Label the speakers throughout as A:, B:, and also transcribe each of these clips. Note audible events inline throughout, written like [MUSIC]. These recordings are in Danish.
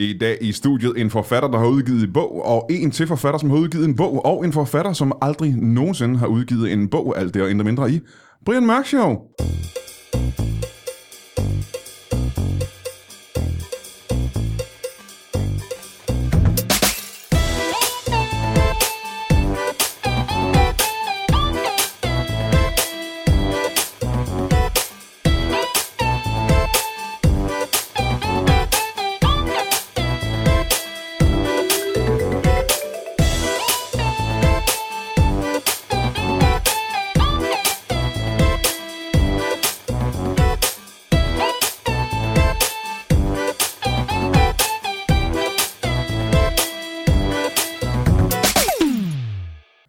A: I dag i studiet en forfatter, der har udgivet en bog, og en til forfatter, som har udgivet en bog, og en forfatter, som aldrig nogensinde har udgivet en bog, alt det og intet mindre i. Brian Mørk Show.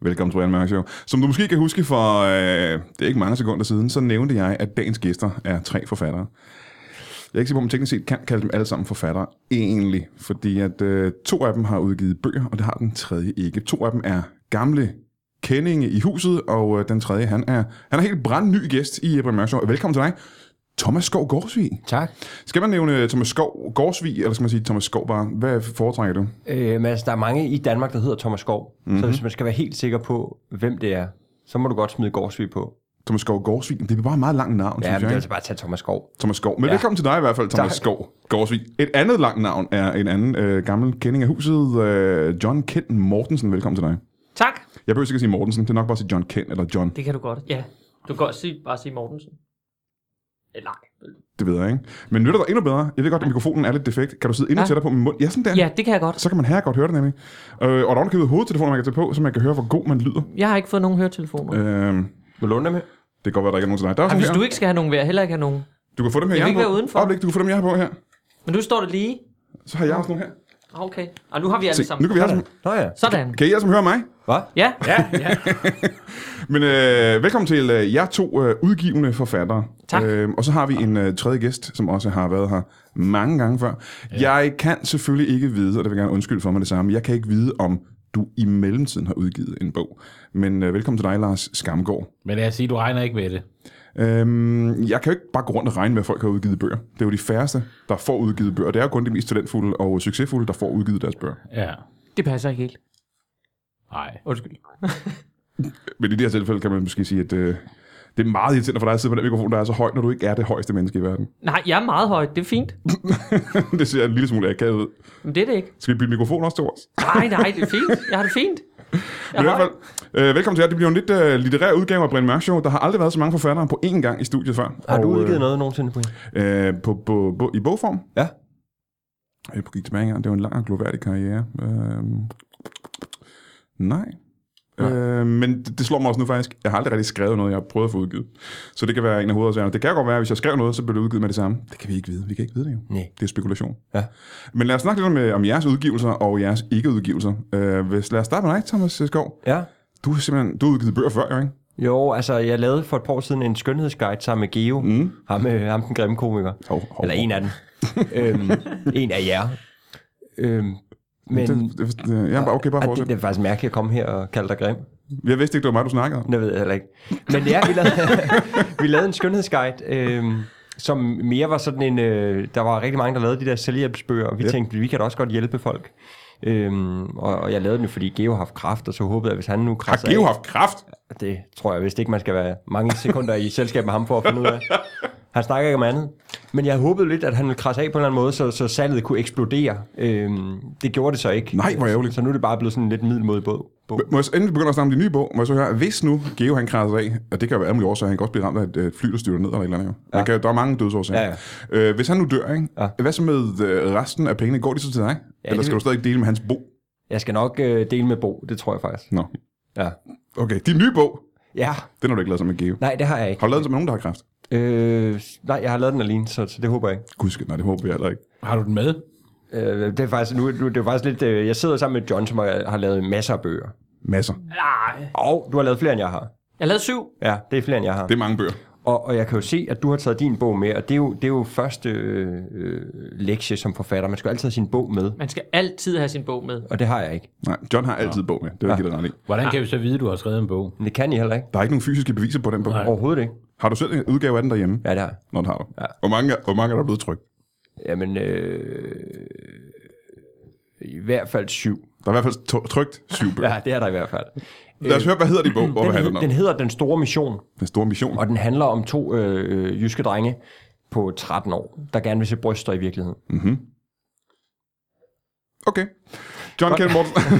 A: Velkommen til Brian Mørk Show. Som du måske kan huske for, øh, det er ikke mange sekunder siden, så nævnte jeg, at dagens gæster er tre forfattere. Jeg er ikke sikker på, om man teknisk set kan kalde dem alle sammen forfattere, egentlig. Fordi at øh, to af dem har udgivet bøger, og det har den tredje ikke. To af dem er gamle kendinge i huset, og øh, den tredje, han er, han er helt brandny gæst i øh, Brian Mørk Show. Velkommen til dig, Thomas Skov Gårdsvig.
B: Tak.
A: Skal man nævne øh, Thomas Skov Gårdsvig, eller skal man sige Thomas Skov bare? Hvad foretrækker du?
B: Øh, men altså, der er mange i Danmark, der hedder Thomas Skov. Mm-hmm.
A: Mhm.
B: Så hvis man skal være helt sikker på, hvem det er, så må du godt smide Gårdsvig på.
A: Thomas Skov Gårdsvig, det er bare et meget langt navn, synes
B: Ja, men
A: jeg.
B: det er
A: ikke?
B: altså bare at tage Thomas Skov.
A: Thomas Skov. Men ja.
B: Ja.
A: velkommen til dig i hvert fald, Thomas
B: Tak.
A: Skov Gårdsvig. Et andet langt navn er en anden øh, gammel kending af huset, øh, John Kent Mortensen. Velkommen til dig.
C: Tak.
A: Jeg behøver ikke at sige Mortensen, det er nok bare at sige John Kent eller John.
C: Det kan du godt. Ja. Du kan godt sige, bare sige Mortensen. Eh, nej.
A: Det ved jeg ikke. Men nytter dig endnu bedre. Jeg ved godt, at mikrofonen er lidt defekt. Kan du sidde endnu
C: Ja.
A: tættere på min mund? Ja, sådan der.
C: Ja, det kan jeg godt.
A: Så kan man her godt høre det nemlig. Øh, og der er ovenikøbet hovedtelefoner, man kan tage på, så man kan høre, hvor god man lyder.
C: Jeg har ikke fået nogen høretelefoner. Øh,
A: Øh,
B: Vil du låne dem med?
A: det kan godt være, der ikke er nogen til dig. Der er
C: Jamen,
A: sådan
C: hvis
A: her.
C: du ikke skal have nogen, vil jeg heller ikke have nogen.
A: du kan få dem her.
C: Jeg vil
A: har
C: ikke
A: på.
C: være udenfor.
A: Øjeblik, du kan få dem, jeg har på her.
C: Men nu står det lige.
A: Så har jeg også nogle her.
C: Ah, Okay. Og nu har vi alle
A: Se,
C: sammen.
A: nu kan vi have sådan.
B: Nå ja.
C: Sådan.
A: Kan I alle sammen høre mig?
B: Hvad?
C: Ja.
B: Ja, ja.
A: Men øh, velkommen til øh, jer to øh, udgivende forfattere.
C: Tak.
A: Øh, og så har vi en øh, tredje gæst, som også har været her mange gange før. Ja. Jeg kan selvfølgelig ikke vide, og det vil jeg gerne undskylde for mig det samme, jeg kan ikke vide, om du i mellemtiden har udgivet en bog. Men øh, velkommen til dig, Lars Skamgaard.
D: Men lad os sige, du regner ikke med det.
A: Øhm, jeg kan jo ikke bare gå rundt og regne med, at folk har udgivet bøger. Det er jo de færreste, der får udgivet bøger. Det er jo kun de mest talentfulde og succesfulde, der får udgivet deres bøger.
D: Ja.
C: Det passer ikke helt.
D: Nej.
C: Undskyld.
A: Men i det her tilfælde kan man måske sige, at øh, det er meget irriterende for dig at sidde på den mikrofon, der er så høj, når du ikke er det højeste menneske i verden.
C: Nej, jeg er meget høj. Det er fint.
A: [LAUGHS] det ser en lille smule akavet ud.
C: Men det er det ikke.
A: Skal vi bytte mikrofon også til os?
C: Nej, nej, det er fint. Jeg har det fint. Jeg
A: Men i hvert
C: er høj.
A: fald, øh, velkommen til jer. Det bliver jo en lidt øh, litterær udgave af Brian Mørk Show. Der har aldrig været så mange forfattere på én gang i studiet før.
B: [LAUGHS] Har du
A: Og,
B: udgivet noget nogensinde, Brian?
A: Øh, på, på, på, I bogform?
B: Ja.
A: Jeg gik tilbage engang. Det var en lang og gloværdig karriere. Øh, nej. Øh, men det, det slår mig også nu faktisk. Jeg har aldrig rigtig skrevet noget, jeg har prøvet at få udgivet. Så det kan være en af hovedårsagerne. Det kan godt være, at hvis jeg skrev noget, så blev det udgivet med det samme. Det kan vi ikke vide. Vi kan ikke vide det jo.
B: Nej.
A: Det er spekulation.
B: Ja.
A: Men lad os snakke lidt om, øh, om jeres udgivelser og jeres ikke-udgivelser. Øh, hvis, lad os starte med dig, Thomas Skov.
B: Ja.
A: Du har simpelthen du har udgivet bøger før, jo, ikke?
B: Jo, altså, jeg lavede for et par år siden en skønhedsguide sammen med Geo. Mm. Ham, øh, ham den grimme komiker.
A: Mhm. Hov, hov,
B: Eller en af
A: [LAUGHS]
B: dem. øhm, en af jer. Øhm, men...
A: Det, det, det, ja, bare- okay, bare
B: Ej, det,
A: fortsæt.
B: det er faktisk mærkeligt at komme her og kalde dig grim.
A: Jeg vidste ikke, det var mig, du snakkede om.
B: Det ved jeg heller ikke. Men ja, vi lavede, [LAUGHS] vi lavede en skønhedsguide, øh, som mere var sådan en... Øh, der var rigtig mange, der lavede de der selvhjælpsbøger, og vi
A: Ja.
B: yep. tænkte, vi kan da også godt hjælpe folk. Øhm, og, og jeg lavede den jo, fordi Geo har haft kraft, og så håbede jeg, hvis han nu
A: Har
B: krasser
A: Geo
B: af,
A: haft kraft?
B: det tror jeg vist ikke, man skal være mange sekunder i selskab med ham for at finde ud af. Han snakker ikke om andet. Men jeg håbede lidt, at han ville krasse af på en eller anden måde, så, så salget kunne eksplodere. Øhm, det gjorde det så ikke.
A: Nej, hvor ærgerligt.
B: Så, så nu er det bare blevet sådan en lidt middelmodig bog. bog.
A: Må jeg så, inden vi begynder at snakke om din nye bog, må jeg så høre, hvis nu Geo han krasser af, og det kan jo være alle mulige årsager, han kan også blive ramt af et øh, fly, der styrter ned eller et eller andet. Ja. Kan, der er mange dødsårsager.
B: Ja,
A: Øh, hvis han nu dør, ikke? Ja.
B: Ja.
A: hvad så med øh, resten af pengene? Går de så til dig? Ja, eller
B: det
A: skal du
B: ved-
A: stadig dele med hans bog?
B: Jeg skal nok øh, dele med Bo, det tror jeg faktisk.
A: Nå.
B: Ja.
A: Okay, din nye bog,
B: Ja,
A: den har du ikke lavet sammen med Geo.
B: nej, det har jeg ikke.
A: Har du lavet den sammen med nogen, der har kræft?
B: Øh, nej, jeg har lavet den alene, så, så det håber jeg ikke.
A: Gudske, nej, det håber jeg heller ikke.
D: Har du den med?
B: Øh, det er faktisk, nu, nu det er faktisk lidt... Øh, jeg sidder sammen med John, som har, har lavet masser af bøger.
A: Masser.
C: Nej.
B: Og du har lavet flere, end jeg har.
C: Jeg lavede syv.
B: Ja, det er flere, end jeg har.
A: Det er mange bøger.
B: Og, og jeg kan jo se, at du har taget din bog med, og det er jo, det er jo første øh, øh, lektie som forfatter. Man skal jo altid have sin bog med,
C: Man skal altid have sin bog med.
B: og det har jeg ikke.
A: Nej, John har altid bog med. Det er ja. ikke ret i.
D: Hvordan kan vi så vide, at du har skrevet en bog?
B: Men det kan I heller ikke.
A: Der er ikke nogen fysiske beviser på den bog. Nej.
B: Overhovedet ikke.
A: Har du selv en udgave af den derhjemme?
B: Ja, det har jeg.
A: Nå, det har du. Ja. Hvor, mange, hvor mange er der blevet trykt?
B: Jamen, øh, hvert fald syv.
A: Der er i hvert fald to- trygt syv bøger.
B: Ja, det er der i hvert fald.
A: Lad os høre, hvad hedder de bog? Hvorfor
B: Den,
A: handler
B: hed,
A: den
B: den
A: om?
B: hedder Den Store Mission,
A: Den store mission.
B: og den handler om to øh, øh, jyske drenge på 13 år, der gerne vil se bryster i virkeligheden.
A: Okay. John Kenneth
B: [LAUGHS]
A: Mortensen. [LAUGHS]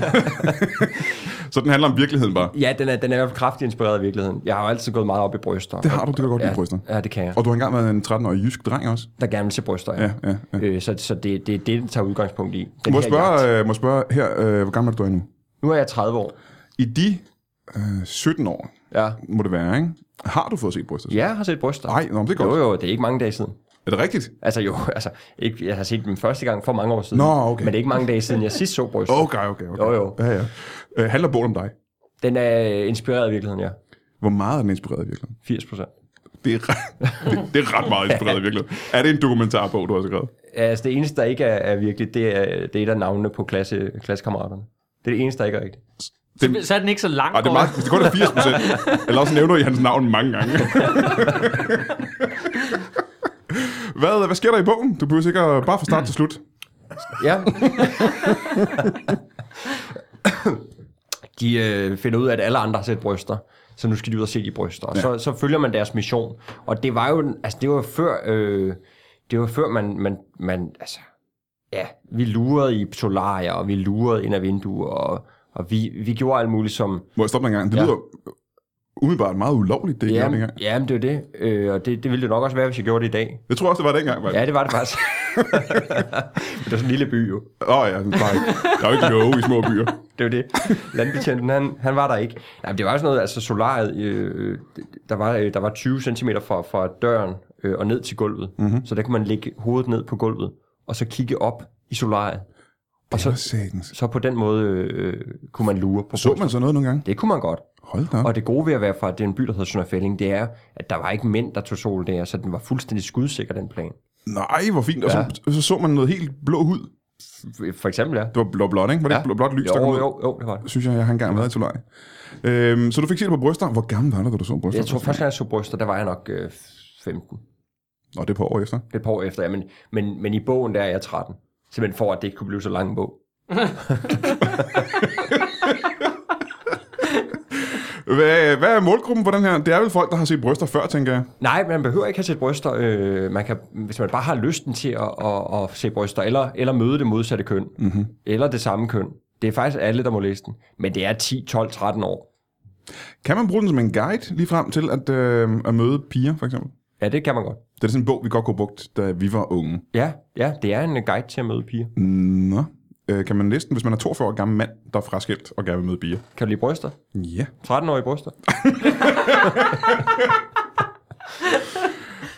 A: Så den handler om virkeligheden bare.
B: Ja, den er, den er i hvert fald kraftigt inspireret af virkeligheden. Jeg har jo altid gået meget op i bryster.
A: Det har du, du kan godt lide
B: ja,
A: bryster.
B: Ja, det kan jeg.
A: Og du har engang været en 13-årig jysk dreng også.
B: Der gerne vil se bryster, ja.
A: Ja, ja. ja.
B: Øh, så så det, det er det, den tager udgangspunkt i. Den
A: Må
B: her
A: jeg spørge,
B: jagt.
A: øh, må jeg spørge her, øh, hvor gammel er du er nu?
B: Nu er jeg 30 år.
A: I de øh, 17 år,
B: Ja.
A: må det være, ikke? Har du fået set bryster?
B: Ja, jeg har set bryster.
A: Nej, nå, men det er godt.
B: Jo, jo, det er ikke mange dage siden.
A: Er det rigtigt?
B: Altså jo, [LAUGHS] altså, ikke, jeg har set dem første gang for mange år siden.
A: Nå, okay.
B: Men det er ikke mange dage siden, jeg sidst så bryster.
A: Okay, okay, okay.
B: Jo, jo.
A: Ja, ja. Øh, handler bogen om dig?
B: Den er inspireret af virkeligheden, ja.
A: Hvor meget er den inspireret i virkeligheden?
B: 80 procent.
A: Det er,
B: [LAUGHS]
A: re- det, det er ret meget inspireret i virkeligheden. Er det en dokumentarbog, du har skrevet?
B: Altså det eneste, der ikke er, er virkeligt, det er, det er et af navnene på klasse, klassekammeraterne. Det er det eneste, der ikke er rigtigt.
A: Den-
C: Så er den ikke så lang.
A: Ej, Ah, det er meget, det kun er 80 procent. Eller også nævner I hans navn mange
B: [LAUGHS]
A: gange. hvad, hvad sker der i bogen? Du behøver sikkert bare fra start til slut.
B: Ja. [LAUGHS] de øh, finder ud af, at alle andre har set bryster. Så nu skal de ud og se de bryster. Og så, så følger man deres mission. Og det var jo, altså det var før, øh, det var før man, man, man, altså, ja, vi lurede i solarier, og vi lurede ind ad vinduer, og, og vi, vi gjorde alt muligt som...
A: Må jeg stoppe dig en gang? Det ja.
B: Ja.
A: lyder umiddelbart meget ulovligt, det I gjorde
B: Jamen,
A: dengang.
B: jamen, det er jo det. Øh, og det, det ville det nok også være, hvis jeg gjorde det i dag.
A: Jeg tror også, det var dengang. Åh ja.
B: Ja, det var det faktisk. [LAUGHS] Men det var sådan en lille by jo.
A: Oh, ja, det er bare, der er jo ikke love i små byer.
B: Det var det. Landbetjenten, han, han var der ikke. Nej, men det var også noget, altså solariet, øh, der, var, øh, der var 20 cm fra, fra døren øh, og ned til gulvet. Mm-hmm. Så der kunne man lægge hovedet ned på gulvet, og så kigge op i solariet. Og så,
A: Satans.
B: så på den måde øh, kunne man lure på
A: Så
B: folk.
A: man så noget nogle gange?
B: Det kunne man godt.
A: Hold da op.
B: Og det gode ved at være fra den by, der hedder Sønderfælling, det er, at der var ikke mænd, der tog sol der, så den var fuldstændig skudsikker, den plan.
A: Nej, hvor fint. Og så, ja. så, så man noget helt blå hud.
B: For eksempel, ja.
A: Det var blå blåt, ikke? Var det
B: Ja.
A: ikke blå- blåt lys, der kom
B: Jo,
A: ud?
B: jo, jo, det var det.
A: Synes jeg, jeg har engang været i Tulaj. Øhm, så du fik set det på bryster. Hvor gammel var du, da du så bryster?
B: Jeg tror første gang, jeg så bryster, der var jeg nok øh, 15.
A: Nå, det er på år efter.
B: et par år efter, ja, men, men, men i bogen der er jeg 13. Simpelthen for, at det ikke kunne blive så lang en bog.
A: Hvad, hvad er målgruppen for den her? Det er vel folk, der har set bryster før, tænker jeg.
B: Nej, man behøver ikke have set bryster. Øh, man kan, hvis man bare har lysten til at, at, at se bryster, eller, eller møde det modsatte køn, mm-hmm. eller det samme køn. Det er faktisk alle, der må læse den. Men det er 10, 12, 13 år.
A: Kan man bruge den som en guide lige frem til at, øh, at møde piger, for eksempel?
B: Ja, det kan man godt.
A: Det er sådan en bog, vi godt kunne have brugt, da vi var unge.
B: Ja, ja det er en øh, guide til at møde piger.
A: Mm. Nå. Øh, kan man næsten, hvis man er 42 år gammel mand, der er fraskilt og gerne vil møde piger?
B: Kan du lide bryster?
A: Ja.
B: 13-årige bryster?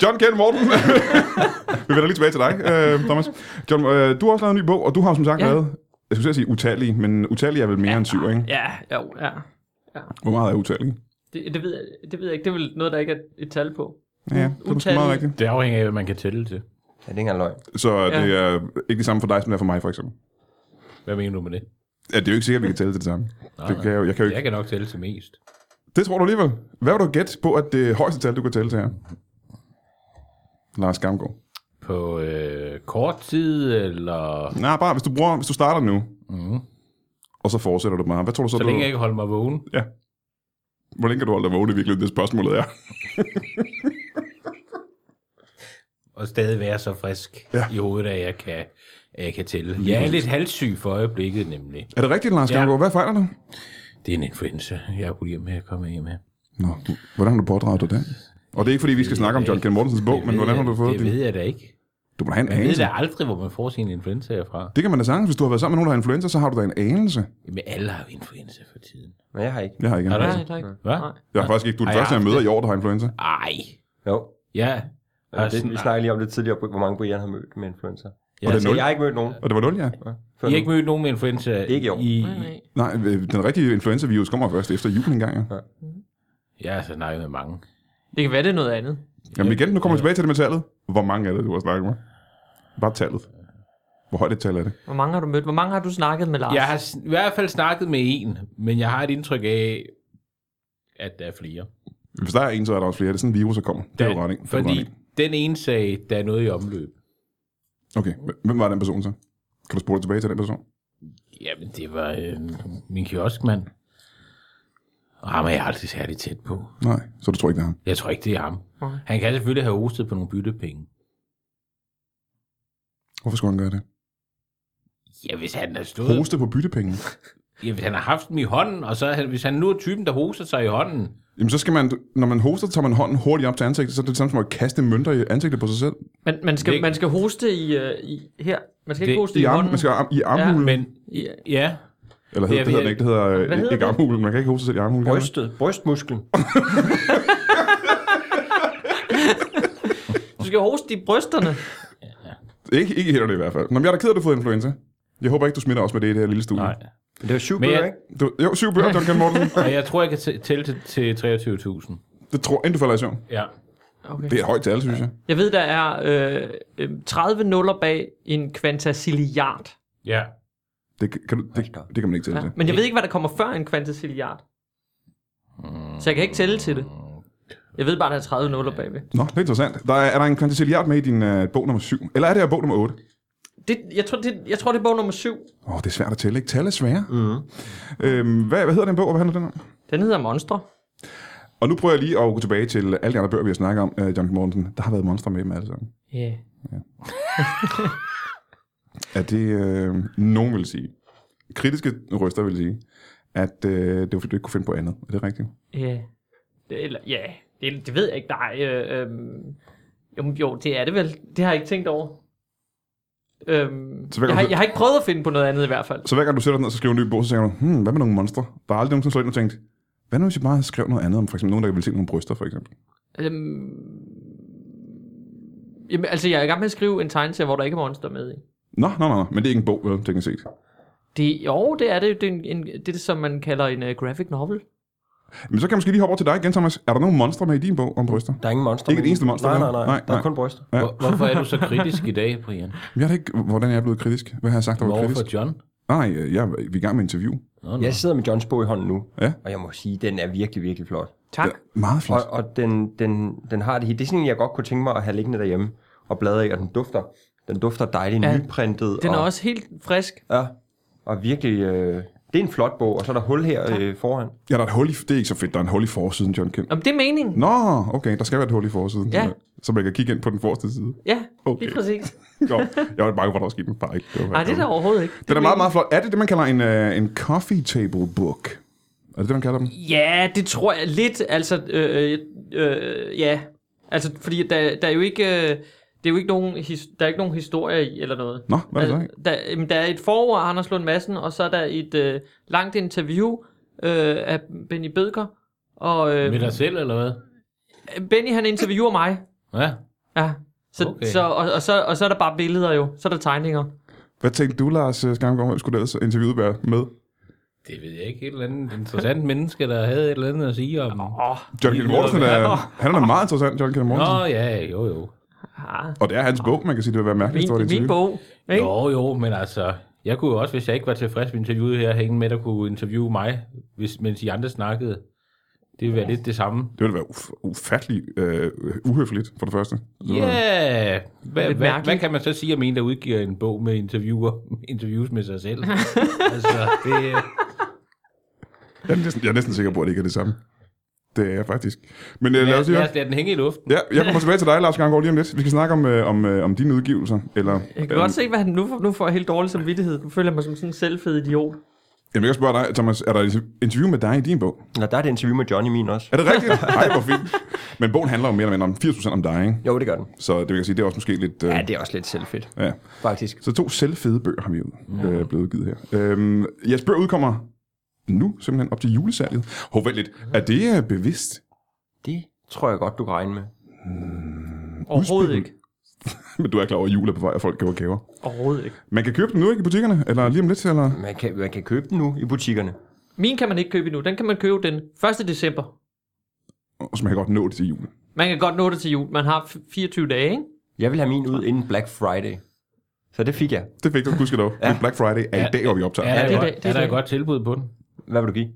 A: John Ken Morten. vi vender lige tilbage til dig, øh, Thomas. John, øh, du har også lavet en ny bog, og du har som sagt ja.
C: Ja.
A: lavet... Jeg skulle til at sige utallige, men utallige er vel mere ja. end syv, ikke?
C: Ja, jo, ja.
A: Hvor meget er utallige?
C: Det, det, ved jeg, det ved jeg ikke. Det er vel noget, der ikke er et tal på.
A: Ja, det er måske meget
C: Utallige.
A: rigtigt.
D: Det afhænger af, hvad man kan tælle til.
B: Ja, det er ikke engang løgn.
A: Så ja.
C: Ja.
A: det er ikke det samme for dig, som det er for mig, for eksempel.
D: Hvad mener du med det?
A: Ja, det er jo ikke sikkert, at vi kan tælle til det samme. det kan jeg, jo- jeg kan jo ikke.
D: Jeg kan nok tælle til mest.
A: Det tror du alligevel. Hvad vil du gætte på, at det højeste tal, du kan tælle til her? Lars Gamgaard.
D: På øh, kort tid, eller...
A: Nej, bare hvis du, bruger, hvis du starter nu,
D: Mm.
A: og så fortsætter du bare. Hvad tror du så,
D: Så
A: du...
D: længe jeg ikke holder mig vågen.
A: Hvor længe kan du holde dig vågen i virkeligheden, det spørgsmålet er?
D: og stadig være så frisk
A: Ja.
D: ja. i hovedet, at jeg kan, at jeg kan tælle. Jeg er lidt halssyg for øjeblikket, nemlig.
A: Er det rigtigt, Lars
D: Ja.
A: Gamgaard? Hvad fejler du?
D: Det er en influenza, jeg kunne hjem med at komme hjem med.
A: Nå, du- hvordan har du pådraget dig den? Og det er ikke, fordi vi skal snakke om John Ken Mortensens bog, men hvordan har du fået
D: det? Det
A: det?
D: ved jeg da ikke.
A: Du må da have en
D: Jeg ved
A: anelse.
D: da aldrig, hvor man får sine influenzaer fra.
A: Det kan man da sagtens. Hvis du har været sammen med nogen, der har influenza, så har du da en anelse.
D: Men alle har jo influenza for tiden.
B: Men jeg har ikke.
A: Jeg har ikke
D: Har
A: en
D: du
A: anelse.
C: Nej, der er ikke.
D: Hvad?
C: Nej.
A: Jeg har faktisk ikke. Du er den
D: Ej,
A: første, jeg
D: ja,
A: møder i år, der har influenza.
D: Ej.
B: Jo.
D: Ja.
B: Ja, det,
D: sådan-
B: vi snakkede lige om det tidligere, hvor mange Brian har mødt med influencer.
A: Altså,
D: Ja, altså,
A: det
B: Så
A: nul?
B: jeg har ikke mødt nogen.
A: Og det var nul, ja.
B: Før
D: I har
B: nu.
D: ikke mødt nogen med influenza?
B: Ikke i år.
D: I,
C: Nej, nej.
A: Nej, øh, den rigtige influenza-virus kommer først efter jul engang. Ja.
D: altså, jeg har så snakket med mange.
C: Det kan være, det er noget andet.
A: Jamen igen, nu kommer vi tilbage til det med tallet. Hvor mange er det, du har snakket med? Bare tallet. Hvor højt et tal er det?
C: Hvor mange har du mødt? Hvor mange har du snakket
A: Ah.
C: med, Lars?
D: Jeg har s- i hvert fald snakket med en, men jeg har et indtryk af, at der er flere.
A: Hvis der er en, så er der også flere. Det er sådan en virus, der kommer. Det er jo
D: Der-
A: ret, ikke? Det er jo
D: Fordi
A: ret, ikke?
D: den ene sagde, der er noget i omløb.
A: Okay, hvem var den person så? Kan du spole tilbage til den person?
D: Jamen, det var øh, min kioskmand. Og ham er jeg aldrig særlig tæt på.
A: Nej, så du tror ikke, det er ham.
D: Jeg tror ikke, det er ham. Okay. Han kan selvfølgelig have hostet på nogle byttepenge.
A: Hvorfor skulle han gøre det?
D: Ja, hvis han har stået...
A: Hoste på byttepenge.
D: Ja, hvis han har haft dem i hånden, og så er han, hvis han nu er typen, der hoster sig i hånden.
A: Jamen, så skal man, når man hoster, tager man hånden hurtigt op til ansigtet, så er det det samme som at kaste mønter i ansigtet på sig selv.
C: Man, man, skal,
D: Det-
C: man skal hoste i, øh, i her. Man skal ikke
D: Det-
C: hoste
A: I,
C: i,
A: arm,
C: hånden.
A: man skal arm, i armhulen. Ja,
D: Men
C: I-
D: ja,
A: Eller hed,
D: Ja,
A: det hedder
D: vi-
A: det ikke, det hedder, øh,
C: hedder
A: ikke
C: det?
A: armhulen. Man kan ikke hoste sig selv i armhulen. kan man?
B: Brystet, brystmusklen.
C: Du skal hoste i brysterne.
A: Ikke, ikke heller det i hvert fald. Nå, men jeg er da ked af, at du har fået influenza. Jeg håber ikke, du smitter os med det i det her lille studie.
D: nej.
B: Det var syv
D: Men
B: bøger,
D: jeg-
B: ikke?
A: Du, jo, syv bøger, Duncan Morten.
C: [LAUGHS]
D: Og jeg tror, jeg kan tæ- tælle til, til 23.000.
A: Det tror jeg, inden du falder i søvn.
D: Ja.
C: Okay.
A: Det er et højt tal, synes jeg.
C: Jeg ved, der er øh, øh, 30 nuller bag en kvantasilliard.
D: Ja.
A: Det kan, kan du, det, det kan man ikke tælle
C: Ja.
A: til.
C: Men jeg ved ikke, hvad der kommer før en kvantasilliard. Så jeg kan ikke tælle til det. Jeg ved bare, der er 30 nuller bagved.
A: Nå, det er interessant. Der er, er der en kvantitilliard med i din øh, bog nummer 7? Eller er det her bog nummer 8?
C: Det, jeg, tror, det, jeg tror, det er bog nummer 7.
A: Åh, oh, det er svært at tælle, ikke? Tal er svære.
C: Mhm.
A: Mm. Øhm, hvad, hvad hedder den bog, og hvad handler den om?
C: Den hedder Monstre.
A: Og nu prøver jeg lige at gå tilbage til alle de andre bøger, vi har snakket om, øh, John Mortensen. Der har været monstre med dem alle sammen.
C: Yeah.
A: Er det, øh, nogen vil sige, kritiske røster vil sige, at øh, det var fordi, du ikke kunne finde på andet. Er det rigtigt?
C: Ja. Det, eller, ja, det, det ved jeg ikke. Nej, øh, øh, jo, jo, det er det vel. Det har jeg ikke tænkt over. Øhm,
A: Så hvad gør
C: jeg, har,
A: du-
C: jeg har ikke prøvet at finde på noget andet i hvert fald.
A: Så hver gang du sætter dig ned og så skriver en ny bog, så tænker du, hmm, hvad med nogle monstre? Der er aldrig nogen, som slår ind og tænkt, hvad nu hvis jeg bare skrev noget andet om, for eksempel nogen, der ville se nogle bryster, for eksempel.
C: Øhm, jamen, altså, jeg er i gang med at skrive en tegneserie, hvor der ikke er monster med i.
A: Nå, nå, nå, nå, men det er ikke en bog, vel, teknisk set.
C: Det, jo, det er det. Det er, en, en, det, er det, som man kalder en uh, graphic novel.
A: Men så kan jeg måske lige hoppe over til dig igen, Thomas. Er der nogen monstre med i din bog om bryster?
B: Der er ingen monster.
A: Ikke et
B: men-
A: eneste monster,
B: Nej,
A: vel?
B: nej, nej.
A: Nej,
B: Der er
A: nej.
B: kun bryster.
A: Ja.
D: Hvor, hvorfor er du så kritisk i dag, Brian?
A: Jeg er da ikke, hvordan er jeg blevet kritisk? Hvad har jeg sagt, der var kritisk?
D: Hvorfor John?
A: Nej, øh, jeg, vi er i gang med interview.
D: Nå, nå.
B: Jeg sidder med Johns bog i hånden nu,
A: Ja.
B: og jeg må sige, den er virkelig, virkelig flot.
C: Tak.
A: Meget
B: Og,
A: flot.
B: og den, den, den har det hele. Det er sådan en, jeg godt kunne tænke mig at have liggende derhjemme og bladre i, og den dufter. Den dufter dejligt
C: Ja.
B: ja. nyprintet.
C: Den er
B: og,
C: også helt frisk.
B: Ja, og virkelig... Øh, det er en flot bog, og så er der hul her øh, foran.
A: Ja, der er et hul i, det er ikke så fedt, der er en hul i forsiden, John Kent.
C: Jamen, det er meningen.
A: Nå, okay, der skal være et hul i forsiden,
C: Ja.
A: så- så man kan kigge ind på den forreste side.
C: Ja, okay.
A: Okay.
C: lige præcis.
A: Jo, jeg var bare for, at der var sket en fejl. Det var
C: Nej, det er der overhovedet ikke.
A: Den er
C: Det
A: meget, meget flot. Er det det, man kalder en, øh, en coffee table book? Er det det, man kalder dem?
C: Ja, det tror jeg lidt. Altså, øh, øh, ja. Altså, fordi der, der er jo ikke... Øh, det er jo ikke nogen, his- der er ikke nogen historie i, eller noget.
A: Nå, hvad er det så?
C: Altså,
A: ikke?
C: der, jamen, der er et forord af Anders Lund Madsen, og så er der et øh, langt interview øh, af Benny Bødker. Og
D: Med
C: øh,
D: dig selv, eller hvad?
C: Benny, han interviewer mig.
D: Ja.
C: Ja. Så,
D: Okay.
C: okay. så, og, og, så, og så er der bare billeder jo. Så er der tegninger.
A: Hvad tænkte du, Lars øh, Skamgaard? Hvem skulle det ellers interviewet være med?
D: Det ved jeg ikke. Et eller andet interessant menneske, der havde et eller andet at sige om.
C: Åh, oh,
A: John Kenneth Mortensen er, han er da meget interessant, John Kenneth Mortensen.
D: Nå, ja, jo, jo.
C: ah,
A: Og det er hans bog, man kan sige, det vil være mærkeligt.
C: min,
A: stort
C: min
A: interview.
C: bog. Ikke?
D: Jo, jo, men altså, jeg kunne jo også, hvis jeg ikke var tilfreds med interviewet her, hænge med, der kunne interviewe mig, hvis, mens I andre snakkede. Det ville være lidt det samme.
A: Det ville være uf- ufattelig øh, uhøfligt, for det første.
D: Ja, yeah. hvad,
C: Lidt
D: hvad,
C: mærkeligt.
D: hvad kan man så sige om en, der udgiver en bog med interviewer, [LAUGHS] interviews med
C: [LAUGHS]
D: sig selv? altså, det,
A: Jeg er, næsten, jeg er næsten sikker på, at det ikke er det samme. Det er jeg faktisk. Men øh, lad
D: lad,
A: os lige...
D: lad os lade den hænge i luften.
A: Ja, jeg kommer tilbage til dig, Lars Ganggaard, lige om lidt. Vi skal snakke om, øh, om, øh, om dine udgivelser. Eller,
C: Jeg kan
A: øhm,
C: godt se, hvad han nu får, nu får jeg helt dårlig samvittighed. Nu føler jeg mig som sådan en selvfed idiot.
A: Jamen, jeg kan spørge dig, Thomas, er der et interview med dig i din bog?
B: Nå, der er det interview med John i min også.
A: Er det rigtigt? Nej, hvor fint. Men bogen handler jo mere eller mindre om 80% om dig, ikke?
B: Jo, det gør den.
A: Så det vil jeg sige, det er også måske lidt... Øh,
B: Ja, det er også lidt selvfedt,
A: ja.
B: faktisk.
A: Så to selvfede bøger har vi ud, øh, blevet udgivet her. Øhm, jeres bøger udkommer nu, simpelthen op til julesalget. Hov, vent lidt. Er det øh, bevidst? [LAUGHS]
B: Det tror jeg godt, du kan regne med.
C: Overhovedet
A: Udspil.
C: ikke.
A: Men du er klar over, at jul er på vej, og folk køber gaver.
C: Overhovedet ikke.
A: Man kan købe dem nu, ikke i butikkerne? Eller lige om lidt, eller?
B: Man kan, man kan købe den nu i butikkerne.
C: Min kan man ikke købe endnu. Den kan man købe den 1. december.
A: Og så man kan godt nå det til jul.
C: Man kan godt nå det til jul. Man har f- 24 dage, ikke?
B: Jeg vil have min ud inden Black Friday. Så det fik jeg.
A: Det fik du, gudskelov. ja. Black Friday er i dag, hvor vi optager.
D: Er,
A: Ja.
D: der
C: det er
D: godt-
C: det- det er
D: er der
C: det.
D: et godt tilbud på den?
B: Hvad vil du give?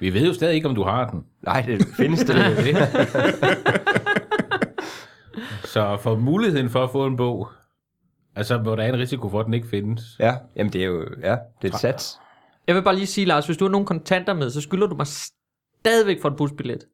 D: Vi ved jo stadig ikke, om du har den.
B: Nej, det findes
D: [LAUGHS]
B: det.
D: Det
C: [LAUGHS]
D: er det. Så for muligheden for at få en bog, Altså, hvor der er en risiko for, at den ikke findes.
B: Ja, jamen det er jo, ja, det er et sats.
C: Jeg vil bare lige sige, Lars, hvis du har nogen kontanter med, så skylder du mig stadigvæk for en busbillet.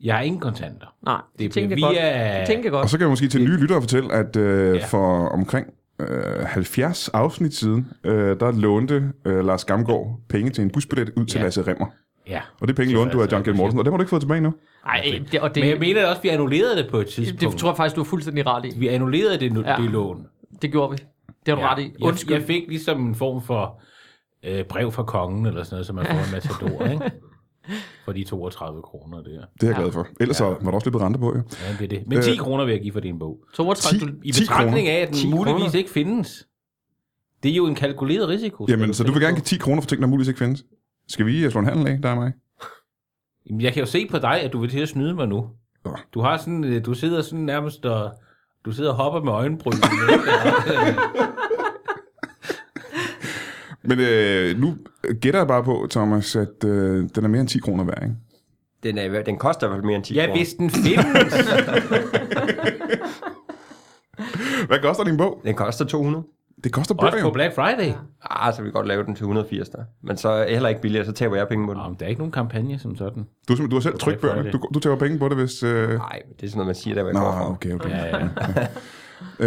D: Jeg har ingen kontanter.
C: Nej, det
D: bliver
C: tænker jeg godt.
D: via-
C: Det tænker jeg
A: Og
C: godt.
A: så kan jeg måske til nye lyttere fortælle, at øh,
D: Ja.
A: ja. for omkring øh, 70 afsnit siden, øh, der lånte øh, Lars Gamgaard penge til en busbillet ud til
D: Ja.
A: ja. Lasse Remmer.
D: Ja.
A: Og det penge lånte du af John G. Mortensen, og dem har du ikke fået tilbage nu.
C: Nej, det, og det,
D: Men jeg mener da også, at vi annullerede det på et
C: det,
D: tidspunkt.
C: det tror jeg faktisk, du er fuldstændig ret i.
D: Vi annullerede det, nu,
C: Ja.
D: ja. det lån.
C: Det gjorde vi. Det har du ret i.
D: Jeg,
C: Undskyld.
D: jeg fik ligesom en form for øh, brev fra kongen, eller sådan noget, som man får en
C: [LAUGHS]
D: matador, ikke? For de 32 kroner, det er.
A: Det er jeg glad for. Ellers ja. så var der også lidt rente på, jo.
D: Ja, det er det. Men 10 øh, kroner vil jeg give for din bog.
C: 32, du,
A: 10,
D: I
A: 10
D: betragtning
A: kroner.
D: af, at
C: 10
D: den muligvis
C: kroner.
D: ikke findes. Det er jo en kalkuleret risiko. skal
A: Jamen, så du vil
D: tænke
A: gerne
D: på.
A: give 10 kroner for ting, der muligvis ikke findes. Skal vi øh, slå en handel af, der er mig?
D: Jamen, jeg kan jo se på dig, at du vil til at snyde mig nu.
A: Nå.
D: Du har sådan, øh, du sidder sådan nærmest og, du sidder og hopper med øjenbryn.
A: [LAUGHS] Men øh, nu gætter jeg bare på, Thomas, at øh, den er mere end 10 kroner værd, ikke?
B: Den, er, den koster i hvert fald mere end 10
D: ja,
B: kroner.
D: hvis den
A: [LAUGHS]
D: findes.
A: Hvad koster din bog?
B: Den koster 200.
A: Det koster bøger,
D: Også på
A: jo.
D: Black Friday.
B: Ah, så vil vi godt lave den til 180 der. Men så er heller ikke billigere, så taber jeg penge på den.
D: Nå, men der er ikke nogen kampagne som sådan.
A: Du, har simpelthen- du har selv trykt
D: Black Friday.
A: bøgerne. Du, du tager penge på det, hvis... Øh...
B: Nej, det er sådan noget, man siger, der hvor jeg
A: Nå,
B: kommer fra.
A: okay, okay.
D: Ja,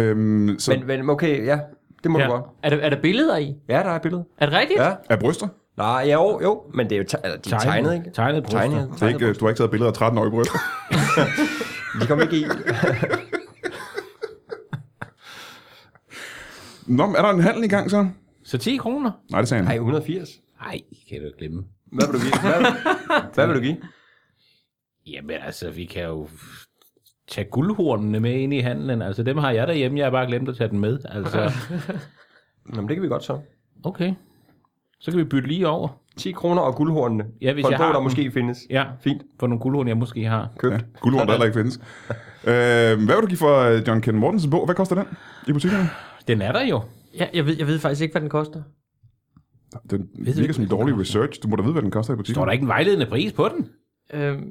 A: [LAUGHS]
D: ja.
A: Øhm, så
B: Men, men okay, ja, det må
D: Ja.
B: du godt.
C: er, der, er der billeder i?
B: Ja, der er et billede.
C: Er det rigtigt?
B: Ja.
A: er bryster?
B: Nej, ja, jo, jo, men det er jo te- altså, de er tegnet, ikke?
D: Tegnet bryster.
B: Tegnet,
A: Det er ikke, øh, du har ikke taget billeder af 13-årige bryster?
B: De kom ikke i.
A: Nå, men er der en handel i gang så?
D: Så 10 kroner?
A: Nej, det sagde han.
B: Nej, 180.
D: Nej, kan du ikke glemme.
B: Hvad vil du give? Hvad, hvad vil du give?
D: Jamen altså, vi kan jo tage guldhornene med ind i handlen. Altså, dem har jeg derhjemme. Jeg har bare glemt at tage dem med.
A: [LAUGHS]
D: Altså,
B: Nå, men det kan vi godt så.
D: okay. Så kan vi bytte lige over.
B: 10 kroner og guldhornene.
D: Ja, hvis
B: For en
D: jeg
B: bog,
D: har
B: der
D: den.
B: måske findes.
D: Ja,
B: Fint.
D: for nogle guldhorn, jeg måske har.
A: Ja,
B: Købt.
A: guldhorn, der heller ikke findes. Øh, hvad vil du give for øh, John Ken Mortensens bog? Hvad koster den i butikkerne?
D: Den er der jo.
C: Ja, jeg, ved, jeg ved faktisk ikke, hvad den koster.
A: Den
D: Ved du
A: virker
D: ikke,
A: som en dårlig research. Du må da vide, hvad den koster i
D: Står der
A: butikkerne.
D: ikke en vejledende pris på den?
C: Øhm,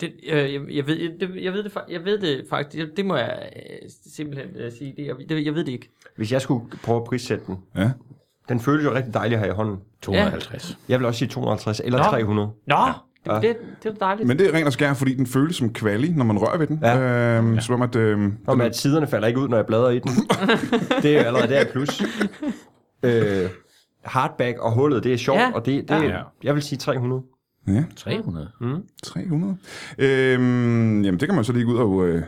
C: det, øh, jeg, jeg, ved, jeg, det, jeg, ved det, fa- jeg ved det faktisk. Jeg, det må jeg øh, simpelthen øh, sige. Det, jeg, det, jeg ved det ikke.
B: Hvis jeg skulle prøve at prissætte den.
A: Ja.
B: Den føles jo rigtig dejlig her i hånden.
D: 250.
B: Jeg vil også sige 250 eller
C: Nå.
B: 300.
C: Nå,
B: Ja.
C: det, det, det er da dejligt.
A: Ah. Men det er rent og skær, fordi den føles som kvali, når man rører ved den.
B: Ja.
A: Øhm, ja. Som om, at... Øh,
B: Nå, men at siderne falder ikke ud, når jeg bladrer
D: [LAUGHS]
B: i den. det er jo allerede der et plus. Øh, hardback og hullet, det er sjovt,
C: Ja.
B: ja. og det, det
D: Ja.
B: ja. jeg vil sige 300.
A: ja,
D: 300?
A: 300. Øhm, jamen, det kan man så lige gå ud og øh,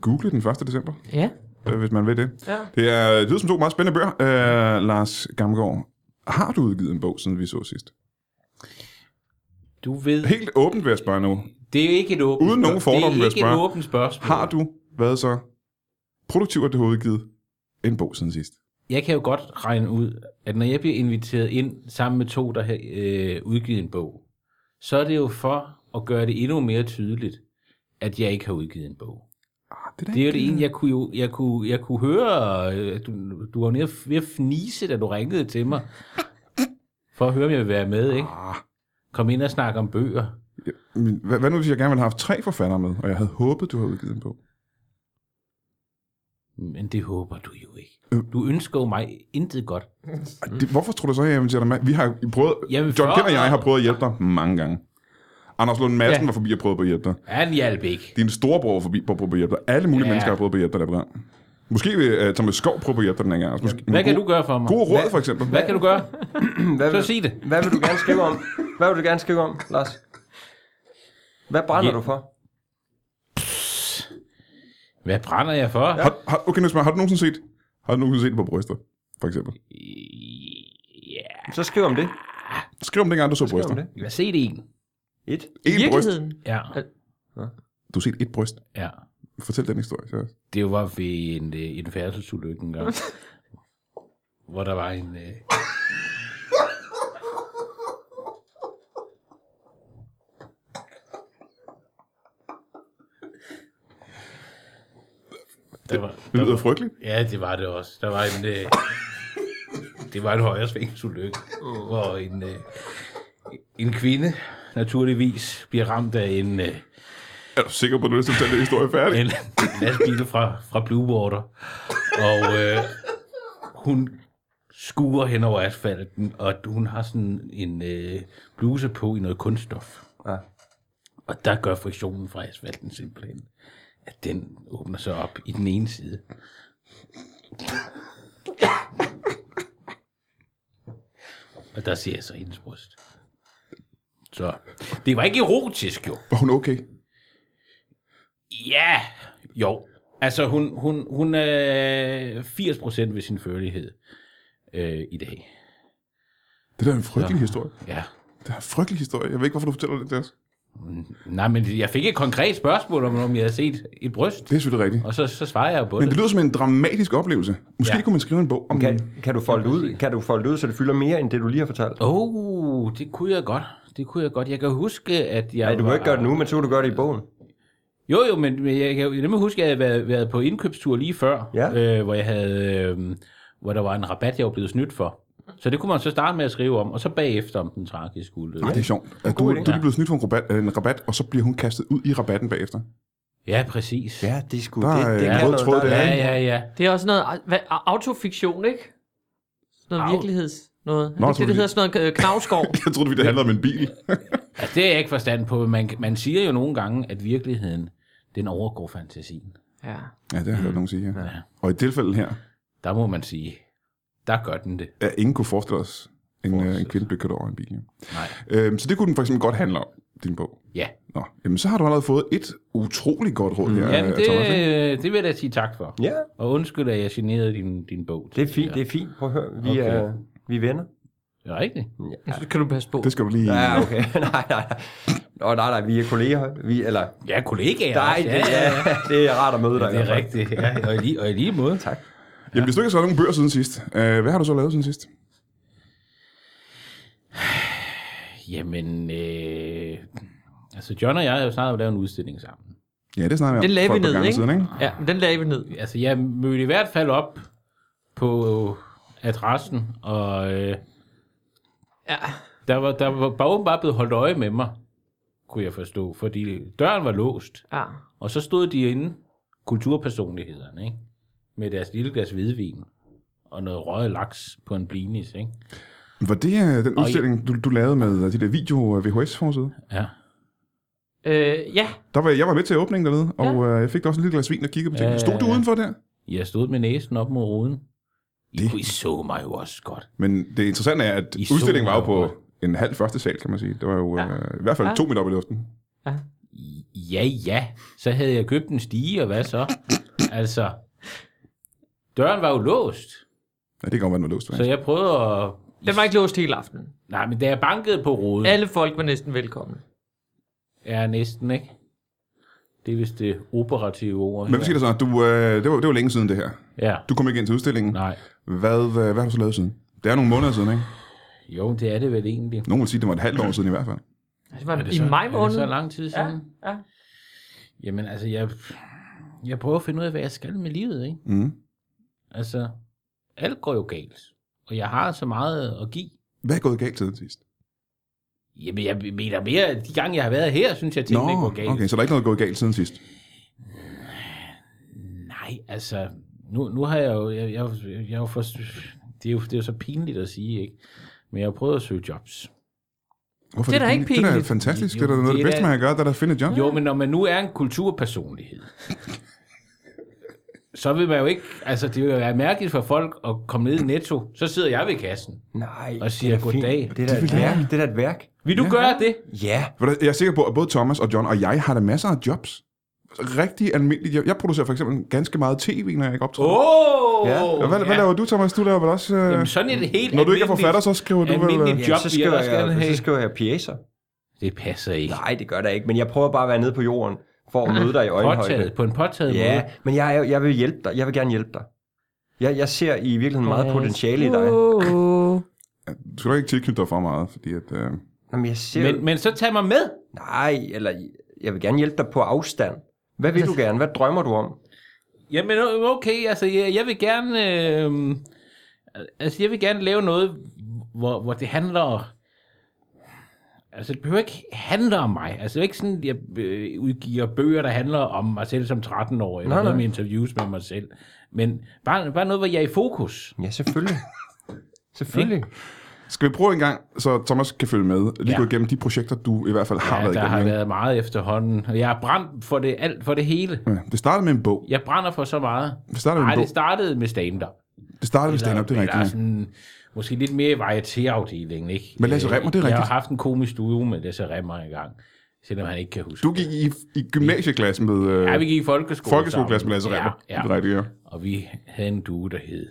A: google den 1. december,
C: Ja.
A: øh, hvis man vil det.
C: Ja.
A: Det, er, det lyder som to meget spændende bøger. Øh, Lars Gamgaard, har du udgivet en bog, siden vi så sidst?
D: Du ved,
A: Helt åbent vil jeg spørge nu.
D: det er ikke et åbent
A: Uden nogen
D: spørgsmål.
A: fordomme, vil
D: Det er
A: jeg
D: ikke et
A: spørge.
D: åbent spørgsmål.
A: Har du været så produktiv, at du har udgivet en bog siden sidst?
D: Jeg kan jo godt regne ud, at når jeg bliver inviteret ind sammen med to, der har øh, udgivet en bog, så er det jo for at gøre det endnu mere tydeligt, at jeg ikke har udgivet en bog.
A: Ah, Det er,
D: Det er jo det ene, jeg kunne, jo, jeg kunne, jeg kunne høre, øh, at du, du var jo nede ved at fnise, da du ringede til mig, for at høre, om jeg vil være med, ikke?
A: Ah.
D: Kom ind og snakke om bøger.
A: Men Hvad, hvad nu, hvis jeg gerne ville have haft tre forfattere med, og jeg havde håbet, du havde udgivet en bog?
D: Men det håber du jo ikke. Du ønsker jo mig intet godt.
A: Ej, Det, hvorfor tror du så, at jeg inviterer dig med? Vi har jo prøvet,
D: Jamen,
A: John
D: for-
A: Kjær og jeg har prøvet at hjælpe dig mange gange. Anders Lund Madsen
D: Ja.
A: ja. var forbi og prøvede på at hjælpe dig.
D: Han hjalp ikke.
A: Din storebror var forbi på at prøve på at hjælpe dig. Alle mulige
D: Ja.
A: ja. mennesker har prøvet på at hjælpe dig der på Måske vil uh, Thomas Skov prøve på at hjælpe dig den her gang. også. Måske,
D: Hvad kan
A: gode,
D: du gøre for mig?
A: Gode råd,
D: Hvad-
A: for eksempel.
D: Hvad kan du gøre?
B: [CLEARS THROAT] Hvad
D: Så
B: vil,
D: sig det.
B: hvad vil du gerne skrive om? Hvad vil du gerne skrive om, Lars? Hvad brænder
D: Ja.
B: du for?
D: Hvad brænder jeg for?
A: Har, har, okay, nu spørger, jeg, har du nogensinde set, har du nogensinde set det på bryster, for eksempel?
D: Ja.
B: Så skriv om det.
A: Skriv om dengang, du så
B: Skriv
A: bryster.
B: om det.
D: Jeg har set en.
B: Et.
C: I
A: Et bryst.
C: virkeligheden.
D: Ja.
A: Du har set et bryst.
D: ja.
A: Fortæl den historie. Så.
D: Det var ved en, øh, en færdselsulykke
A: [LAUGHS]
D: en gang, hvor der var en... Øh... Der var,
A: Det lyder frygteligt.
D: ja, det var det også. Der var en... Øh... Det var en højresvingsulykke, hvor en, øh... en kvinde naturligvis bliver ramt af en... Øh...
A: Er du sikker på, at du har lyst til at fortælle den historie færdig?
D: en lastbil fra, fra Blue Water. Og øh, hun skuer hen over asfalten, og hun har sådan en øh, bluse på i noget kunststof.
B: Ja.
D: Og der gør friktionen fra asfalten simpelthen, at den åbner sig op i den ene side. Og der ser jeg så hendes bryst. Så det var ikke erotisk jo.
A: Var hun okay?
D: Ja, jo. Altså, hun, hun, hun er 80% ved sin førlighed øh, i dag.
A: Det der er en frygtelig historie.
D: Ja.
A: Det er en frygtelig historie. Jeg ved ikke, hvorfor du fortæller det til os.
D: Nej, men jeg fik et konkret spørgsmål om, om jeg havde set et bryst,
A: Det er selvfølgelig rigtigt.
D: og så, så svarede jeg jo på
A: Men
D: det.
A: det lyder som en dramatisk oplevelse. Måske ja.
D: Ja.
A: kunne man skrive en bog om den.
B: Kan, kan, du folde ud, kan du folde ud, så det fylder mere, end det, du lige har fortalt?
D: Åh, oh, det kunne jeg godt. Det kunne jeg godt. Jeg kan huske, at jeg
B: Nej, du må
D: var-
B: ikke gøre det nu, men så kan du gøre det i bogen.
D: Jo, jo, men men jeg kan jo nemlig huske, at jeg havde været, været på indkøbstur lige før,
B: Ja.
D: øh, hvor, jeg havde, øh, hvor der var en rabat, jeg var blevet snydt for. Så det kunne man så starte med at skrive om, og så bagefter om den tragiske ulykke.
A: Nej,
B: Ah,
A: det er sjovt. Altså, du,
B: God
A: du
B: idé.
A: er lige blevet snydt for en rabat, en rabat, og så bliver hun kastet ud i rabatten bagefter.
D: Ja, præcis.
B: Ja, det er sgu...
A: Der er
B: det, det
A: en
B: kan
A: øh, rød
B: noget,
A: tråd
B: der er-
A: der,
D: ja, ja. ja.
C: Det er også noget au- hvad, au- autofiktion, ikke? Sådan noget
D: Au.
C: virkeligheds... Noget. Er det
A: Nå,
C: ikke det, det
A: autofiktion.
C: hedder sådan noget øh,
A: [LAUGHS]
C: knavskov.
A: [LAUGHS] Jeg troede, det handlede om en bil.
D: Altså, det er jeg ikke forstand på. men Man, man siger jo nogle gange, at virkeligheden, den overgår fantasien.
C: ja.
A: Ja, det har jeg hørt nogen sige, ja.
D: Ja.
A: Og i tilfældet her,
D: Der må man sige, der gør den det.
A: at ingen kunne forestille os, en, øh, en kvinde blev kørt over i en bil. Ja.
D: Nej.
A: Øhm, så det kunne den for eksempel godt handle om, din bog.
D: Ja,
A: Nå, jamen så har du allerede fået et utroligt godt råd her,
D: Jamen,
A: øh, Thomas. ikke?
D: det, det vil jeg da sige tak for.
B: Ja,
D: Og undskyld, at jeg generede din, din bog.
B: det er fint, det er fint. Prøv at høre, vi,
D: Okay.
B: er, vi er venner.
D: Ja, rigtigt.
C: Så kan du passe på.
A: Det skal du lige...
B: [LAUGHS] Ja, okay. [LAUGHS] nej, nej, nej. Nå, nej, nej, vi er kolleger. Vi, eller,
D: Ja, kollegaer.
B: nej,
D: også.
B: det, ja, det er rart at møde dig.
D: Det
B: i hvert
D: er
B: fald.
D: rigtigt, ja. Og i lige, og i lige måde. Tak.
A: Jamen, hvis du ikke har skrevet nogen bøger siden sidst, øh, hvad har du så lavet siden sidst?
D: Jamen, øh, altså John og jeg har jo snart lavet en udstilling sammen.
A: Ja, det snakker jeg om.
C: Den lagde
A: for
C: vi
A: et par
C: ned,
A: gange
C: ikke?
A: Siden, ikke?
C: Ja, men den lagde vi ned.
D: Altså, jeg mødte i hvert fald op på adressen, og øh,
C: Ja.
D: der var, der var bare åbenbart blevet holdt øje med mig, kunne jeg forstå, fordi døren var låst,
C: ja.
D: og så stod de inde, kulturpersonlighederne, ikke? med deres lille glas hvidvin og noget røget laks på en blinis, ikke?
A: Var det øh, den udstilling, du, du lavede med øh, de der video-VHS-forside?
D: Ja.
C: Øh, ja.
A: Der var, jeg var med til åbningen dernede, og øh, jeg fik da også en lille glas vin og kiggede på tingene.
D: Ja, ja,
A: Stod du
D: ja.
A: udenfor der?
D: Jeg stod med næsen op mod ruden. I,
A: Det-
D: det... I så mig jo også godt.
A: Men det interessante er, at
D: I så
A: udstillingen var jo
D: meget
A: på en halv første sal, kan man sige. Det var jo
C: Ja.
A: øh, i hvert fald
C: Ja.
A: to meter op i luften.
D: I- Ja, ja. Så havde jeg købt en stige, og hvad så? altså, døren var jo låst,
A: Ja, det kan godt være noget låst,
D: så
A: faktisk.
D: jeg prøvede at...
C: Den var ikke låst hele aftenen.
D: Nej, men da jeg bankede på ruden,
C: Alle folk var næsten velkomne.
D: er næsten, ikke? Det er vist det operative ord.
A: Men hvad siger
D: her.
A: du så? Du, øh, det, var, det var længe siden det her.
D: Ja,
A: Du kom ikke ind til udstillingen.
D: nej.
A: Hvad, øh, hvad har du så lavet siden? Det er nogle måneder siden, ikke?
D: Jo, det er det vel egentlig.
A: Nogen vil sige, at det var et halvt år siden i hvert fald.
C: Det var
D: Er
C: det
D: det
C: i
D: så,
C: maj
D: Er det
C: måned.
D: så lang tid
C: Ja,
D: siden? Ja.
C: ja.
D: Jamen, altså, jeg, jeg prøver at finde ud af, hvad jeg skal med livet, ikke?
A: Mm.
D: Altså, alt går jo galt. Og jeg har så meget at give.
A: Hvad er gået galt siden sidst?
D: Jamen, jeg mener mere, de gange, jeg har været her, synes jeg, tingene går galt.
A: okay, så der er ikke noget gået galt siden sidst.
D: Nej, altså, nu, nu har jeg jo, jeg, jeg, jeg, jeg er jo for, det, er jo, det er jo så pinligt at sige, ikke? Men jeg har prøvet at søge jobs.
A: Hvorfor
C: Det er da ikke
A: pinligt? Det er da
C: pinligt.
A: fantastisk.
D: Jo,
A: det er da noget af det
D: det er
A: bedste,
D: da-
A: man kan gøre, det er da at finde et job.
D: Jo, men når man nu er en kulturpersonlighed, så vil man jo ikke, altså det vil jo være mærkeligt for folk at komme ned i netto, så sidder jeg ved kassen.
B: Nej,
D: Og siger
B: det er da fint.
D: goddag.
B: Det er da et værk. Det er da et værk.
D: Vil du ja. gøre det?
B: Ja,
A: For der- Jeg er sikker på, at både Thomas og John og jeg har da masser af jobs. Rigtig almindelige job. Jeg producerer for eksempel ganske meget tv, når jeg ikke optræder.
D: Åh! Oh,
B: Ja.
A: Og hvad, ja. hvad laver du, Thomas? Du laver vel også... Øh...
D: Jamen, sådan er det helt
A: Når du ikke er forfatter,
D: almindeligt.
A: så skriver du vel...
D: almindeligt
A: øh,
D: job,
B: så
D: vi
B: skriver,
D: ellers gerne
B: jeg,
D: have.
B: så skriver jeg pjæser.
D: Det passer ikke.
B: Nej, det gør der ikke, men jeg prøver bare at være nede på jorden for at møde dig i øjenhøjde.
D: Ah, Påtaget, på en påtaget
B: Ja,
D: måde.
B: men jeg, er- jeg vil hjælpe dig. Jeg vil gerne hjælpe dig. Jeg, jeg ser i virkeligheden meget potentiale i dig.
C: Uh,
A: Du skal nok ikke tilknytte dig for meget, fordi at... Øh...
B: Jamen, jeg ser...
D: Men, men så tag mig med.
B: Nej, eller jeg vil gerne hjælpe dig på afstand. Hvad vil
D: Altså-
B: du gerne? Hvad drømmer du om?
D: Jamen o- okay, altså jeg, jeg vil gerne, øh, altså jeg vil gerne lave noget, hvor, hvor det handler, altså det behøver ikke handle om mig. Altså det er ikke sådan, jeg øh, udgiver bøger, der handler om mig selv som 13 år eller
B: Nej,
D: noget
B: nej.
D: med interviews med mig selv. Men bare, bare noget, hvor jeg er i fokus.
B: Ja, selvfølgelig. selvfølgelig.
A: Skal vi prøve en gang, så Thomas kan følge med, lige ja.
D: Ja.
A: gå igennem de projekter, du i hvert fald har
D: Ja,
A: været
D: der
A: igennem.
D: har
A: ikke?
D: været meget efterhånden. Og Jeg har brændt for det, alt, for det hele.
A: Ja, Det startede med en bog.
D: Jeg brænder for så meget.
A: Det startede med
D: Nej,
A: en bog.
D: det startede med stand-up.
A: Det startede med stand-up, det er
D: Eller
A: rigtigt.
D: sådan, måske lidt mere i varietéafdelingen, ikke?
A: Men Lasse
D: Øh,
A: Rimmer, det er
D: Jeg har
A: rigtigt.
D: haft en komisk duo med Lasse Remmer engang, selvom han ikke kan huske
A: Du
D: det.
A: gik i, i gymnasieklasse med... Øh,
D: Ja, vi gik i folkeskole
A: Folkeskoleklasse med
D: sammen.
A: Lasse Remmer.
D: Ja,
A: Det
D: ja.
A: er rigtigt, ja.
D: Og vi havde en duo, der hed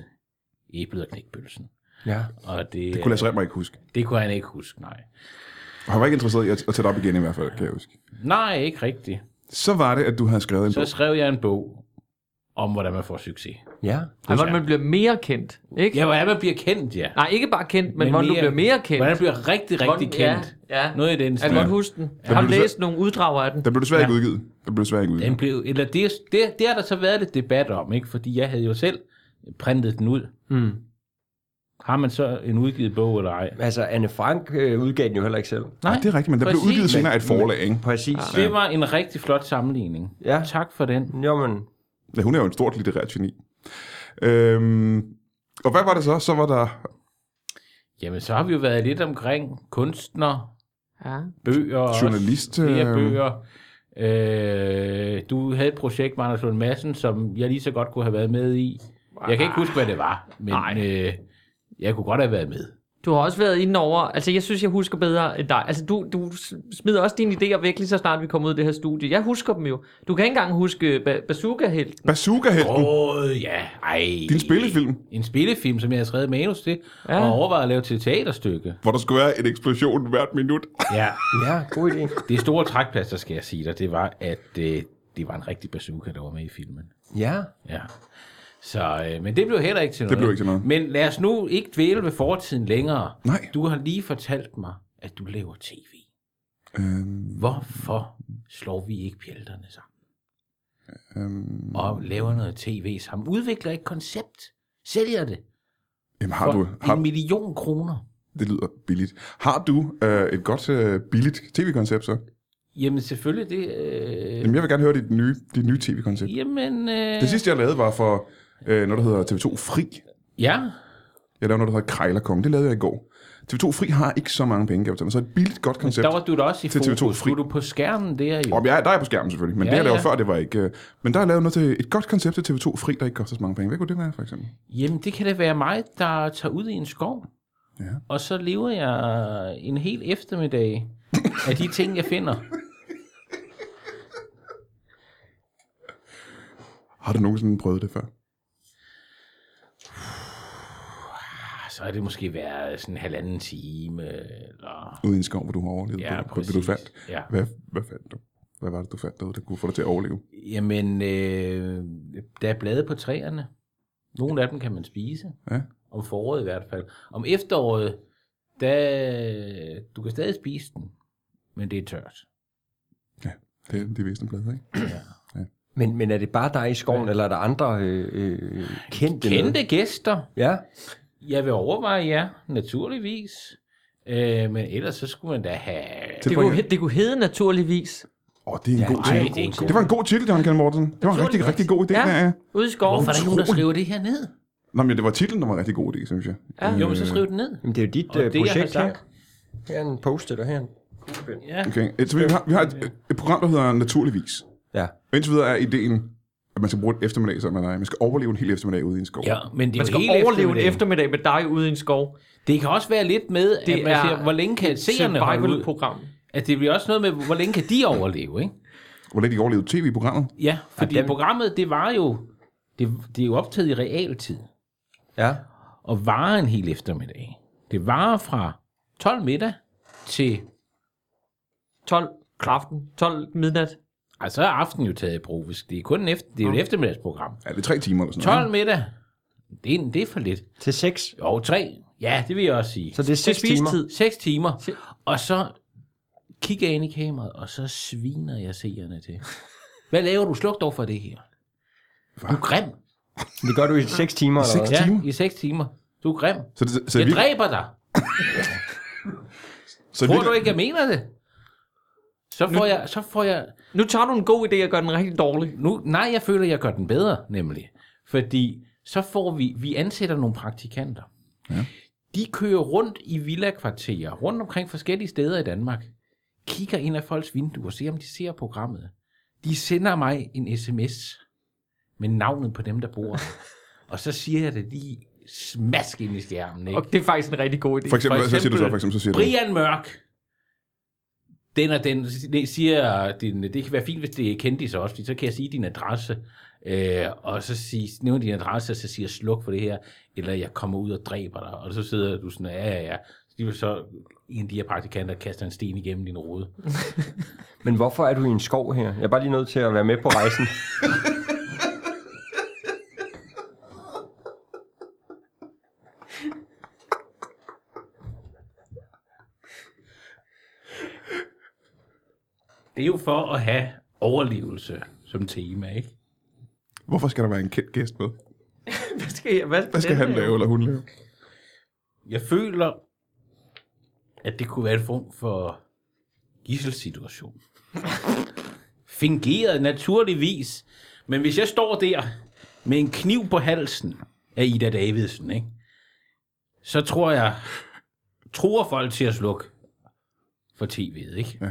D: Æblet og Knækpølsen.
B: Ja.
D: Og det,
A: Kunne Lasse Remmer ikke huske.
D: det kunne han ikke huske, nej.
A: Og han var ikke interesseret i at, at tage det op igen i hvert fald, kan jeg huske.
D: Nej, ikke rigtigt.
A: Så var det, at du havde skrevet en
D: Så
A: bog.
D: skrev jeg en bog om, hvordan man får succes.
B: Ja.
C: Og hvordan man bliver mere kendt, ikke?
D: Ja, hvordan man bliver kendt, ja.
C: Nej, ikke bare kendt, men, men hvordan du bliver mere kendt.
D: Hvordan man bliver rigtig, rigtig
C: Hvordan-
D: kendt.
C: Ja, ja.
D: Noget i den
C: Jeg
D: stil.
C: kan godt huske den. Jeg
A: Ja.
C: har læst nogle uddrag af den.
A: Der blev desværre ikke udgivet. Der blev desværre ikke udgivet.
D: Den blev, eller det, det, det har der så været lidt debat om, ikke? fordi jeg havde jo selv printet den ud.
A: Hmm.
C: Mm.
D: Har man så en udgivet bog eller ej?
B: Altså, Anne Frank øh, udgav den jo heller ikke selv.
A: Nej, det er rigtigt, men der blev
C: Præcis.
A: udgivet senere af et forlag, ikke?
B: Præcis.
D: Det var en rigtig flot sammenligning.
B: Ja.
D: Tak for den.
B: Jo, men
A: Ja, hun er jo en stort litterært geni. Øhm, og hvad var det så? Så var der...
D: Jamen, så har vi jo været lidt omkring kunstner,
C: Ja.
D: bøger, også.
A: Journalist,
D: flere
A: øh,
D: bøger. Øh, du havde et projekt med Anders Lund Madsen, som jeg lige så godt kunne have været med i. Jeg kan ikke huske, hvad det var, men øh, jeg kunne godt have været med.
C: Du har også været inde over, altså jeg synes, jeg husker bedre end dig. Altså du, du smider også dine idéer væk lige så snart vi kommer ud af det her studie. Jeg husker dem jo. Du kan ikke engang huske ba- bazooka helt.
A: Bazooka-helten!
D: Åh, oh, ja. Ej.
A: Din spillefilm.
D: En spillefilm, som jeg havde skrevet manus til,
C: Ja.
D: ja. og overvejede at lave til et teaterstykke.
A: Hvor der skulle være en eksplosion hvert minut.
D: Ja.
B: ja, god idé.
D: Det store trækplaster, skal jeg sige dig, det var, at øh, det var en rigtig bazooka, der var med i filmen.
B: Ja.
D: Ja. Så, øh, men det blev heller ikke til noget.
A: blev ikke til noget.
D: Men lad os nu ikke dvæle ved fortiden længere.
A: Nej.
D: Du har lige fortalt mig, at du laver tv.
A: Øhm,
D: Hvorfor slår vi ikke pjælterne sammen?
A: øhm,
D: Og laver noget tv sammen? Udvikler et koncept? Sælger det?
A: jamen, har
D: For
A: du... Har,
D: en million kroner?
A: det lyder billigt. Har du øh, et godt øh, billigt tv-koncept
D: Øh.
A: så?
D: Jamen selvfølgelig det... Øh,
A: Jamen, jeg vil gerne høre dit nye, dit nye tv-koncept.
D: Jamen, øh,
A: Det sidste, jeg lavede, var for øh, noget, der hedder TV2 Fri.
D: ja.
A: Jeg lavede noget, der hedder Krejlerkongen. Det lavede jeg i går. TV2 Fri har ikke så mange penge, kan jeg fortælle mig. Så et billigt, godt koncept.
D: Der var du da også i
A: Til TV2
D: fokus.
A: Fri.
D: Du er du på skærmen der jo.
A: Og jeg, der er jeg på skærmen selvfølgelig, men ja,
D: Ja,
A: det, jeg lavede
D: ja.
A: før, det var ikke... øh, Men der har jeg lavet noget til et godt koncept til TV2 Fri, der ikke koster så mange penge. Hvad kunne det være, for eksempel?
D: Jamen, det kan da være mig, der tager ud i en skov.
A: Ja.
D: Og så lever jeg en hel eftermiddag af de ting, jeg
A: [LAUGHS]
D: finder.
A: Har du nogensinde prøvet det før?
D: Ah, Så har det måske været sådan en halvanden time, eller...
A: Ude i en skov, hvor du har overlevet
D: Ja,
A: det, det, du
D: præcis.
A: fandt.
D: Ja.
A: Hvad, hvad fandt du? Hvad var det, du fandt derude, der kunne få dig til at overleve?
D: Jamen, øh, der er blade på træerne. Nogle af dem kan man spise.
A: Ja.
D: Om foråret i hvert fald. Om efteråret, der, du kan stadig spise den, men det er tørt.
A: Det er de væsentlige blade, ikke?
B: Men, men er det bare dig i skoven, eller er der andre øh, øh, kendte? med?
D: Kendte gæster,
B: Ja.
D: Jeg vil overveje, ja, naturligvis. Øh, men ellers så skulle man da have...
C: Det kunne, he- det kunne hedde naturligvis.
A: Åh, det er en
B: Ja,
A: god
B: ej,
A: titel.
D: det er en god
A: Det var en god titel, John Ken Morten. Det var en rigtig, rigtig god idé.
C: Ja.
A: Ja. Ja.
C: Ude i skoven.
D: Hvorfor er der ikke nogen, der skriver det her ned?
A: Nå, men det var titlen, der var en rigtig god idé, synes jeg.
C: Ja.
D: Jo, men så skriv det ned.
B: Jamen, det er jo dit
D: Og
B: øh,
D: det, jeg har
B: projekt her.
D: sagt.
B: Her er en post-it, og her er en...
D: Ja.
A: Okay. et- Så vi har, vi har et, et program, der hedder Naturligvis.
B: Ja.
A: Og indtil videre er ideen, at man skal bruge en eftermiddag sammen med dig. Man skal overleve en hel eftermiddag ude i en skov.
D: Ja, men det er
C: Man
D: jo
C: skal
D: hele
C: overleve en
D: eftermiddagen.
C: eftermiddag med dig ude i en skov.
D: Det kan også være lidt med, at
C: Det
D: man
C: er
D: siger, hvor længe kan seerne holde ud?
C: Survival-program.
D: At det bliver også noget med, hvor længe kan de overleve, ikke?
A: Hvordan de overlevede tv-programmet.
D: Ja, fordi
B: dem-
D: programmet, det var jo... Det, det er jo optaget i realtid.
B: Ja.
D: Og varer en hel eftermiddag. Det varer fra 12 middag til...
C: 12 aften. 12 midnat.
D: Altså, så er aftenen jo taget i brug, hvis det er kun en efter, det er jo et eftermiddagsprogram.
A: Ja, det er tre timer eller sådan noget.
D: 12 middag. Det er, det er for lidt.
B: Til seks.
D: Jo, 3. Ja, det vil jeg også sige.
B: Så
D: Så
B: det er seks timer.
C: spisetid.
D: 6 timer. Og så kigger jeg ind i kameraet, og så sviner jeg seerne til. Hvad laver du? Sluk dog for det her. Du er grim.
B: Det gør du i seks timer, eller
A: Seks
B: hvad?
A: timer?
D: Ja, i 6 timer. Du er grim.
A: Så, det, så,
D: Jeg
A: vi,
D: dræber dig.
A: så
D: Tror du
A: vi,
D: ikke, jeg mener det? Så får jeg, så får jeg,
C: Nu tager du en god idé og gør den rigtig dårlig.
D: nu, nej, jeg føler, jeg gør den bedre, nemlig. Fordi så får vi, vi ansætter nogle praktikanter.
A: Ja.
D: De kører rundt i villakvarterer, rundt omkring forskellige steder i Danmark, kigger ind af folks vinduer, ser om de ser programmet. De sender mig en sms med navnet på dem, der bor. der. og så siger jeg det lige smask ind i skærmen. Ikke?
C: Og det er faktisk en rigtig god idé.
A: For eksempel, for eksempel, så siger du så, for eksempel, så siger du,
D: Brian Mørk. Den og den, det siger, din, det kan være fint, hvis det er kendis også, fordi så kan jeg sige din adresse, øh, og så sige, nævne din adresse, og så siger jeg, sluk for det her, eller jeg kommer ud og dræber dig, og så sidder du sådan, ja, ja, ja. Så de vil så, en af de her praktikanter kaster en sten igennem din rode.
B: Men hvorfor er du i en skov her? Jeg er bare lige nødt til at være med på
D: [LAUGHS]
B: rejsen.
D: Det er jo for at have overlevelse som tema, ikke?
A: hvorfor skal der være en kendt gæst med?
C: [LAUGHS] Hvad skal, jeg, hvad skal,
A: Hvad skal
C: den
A: han
C: her-
A: lave, eller hun lave?
D: Jeg føler, at det kunne være en form for gisselsituation. [LAUGHS] Fingeret naturligvis. Men hvis jeg står der med en kniv på halsen af Ida Davidsen, ikke? så tror jeg, tror folk til at slukke for tv'et, ikke?
A: Ja.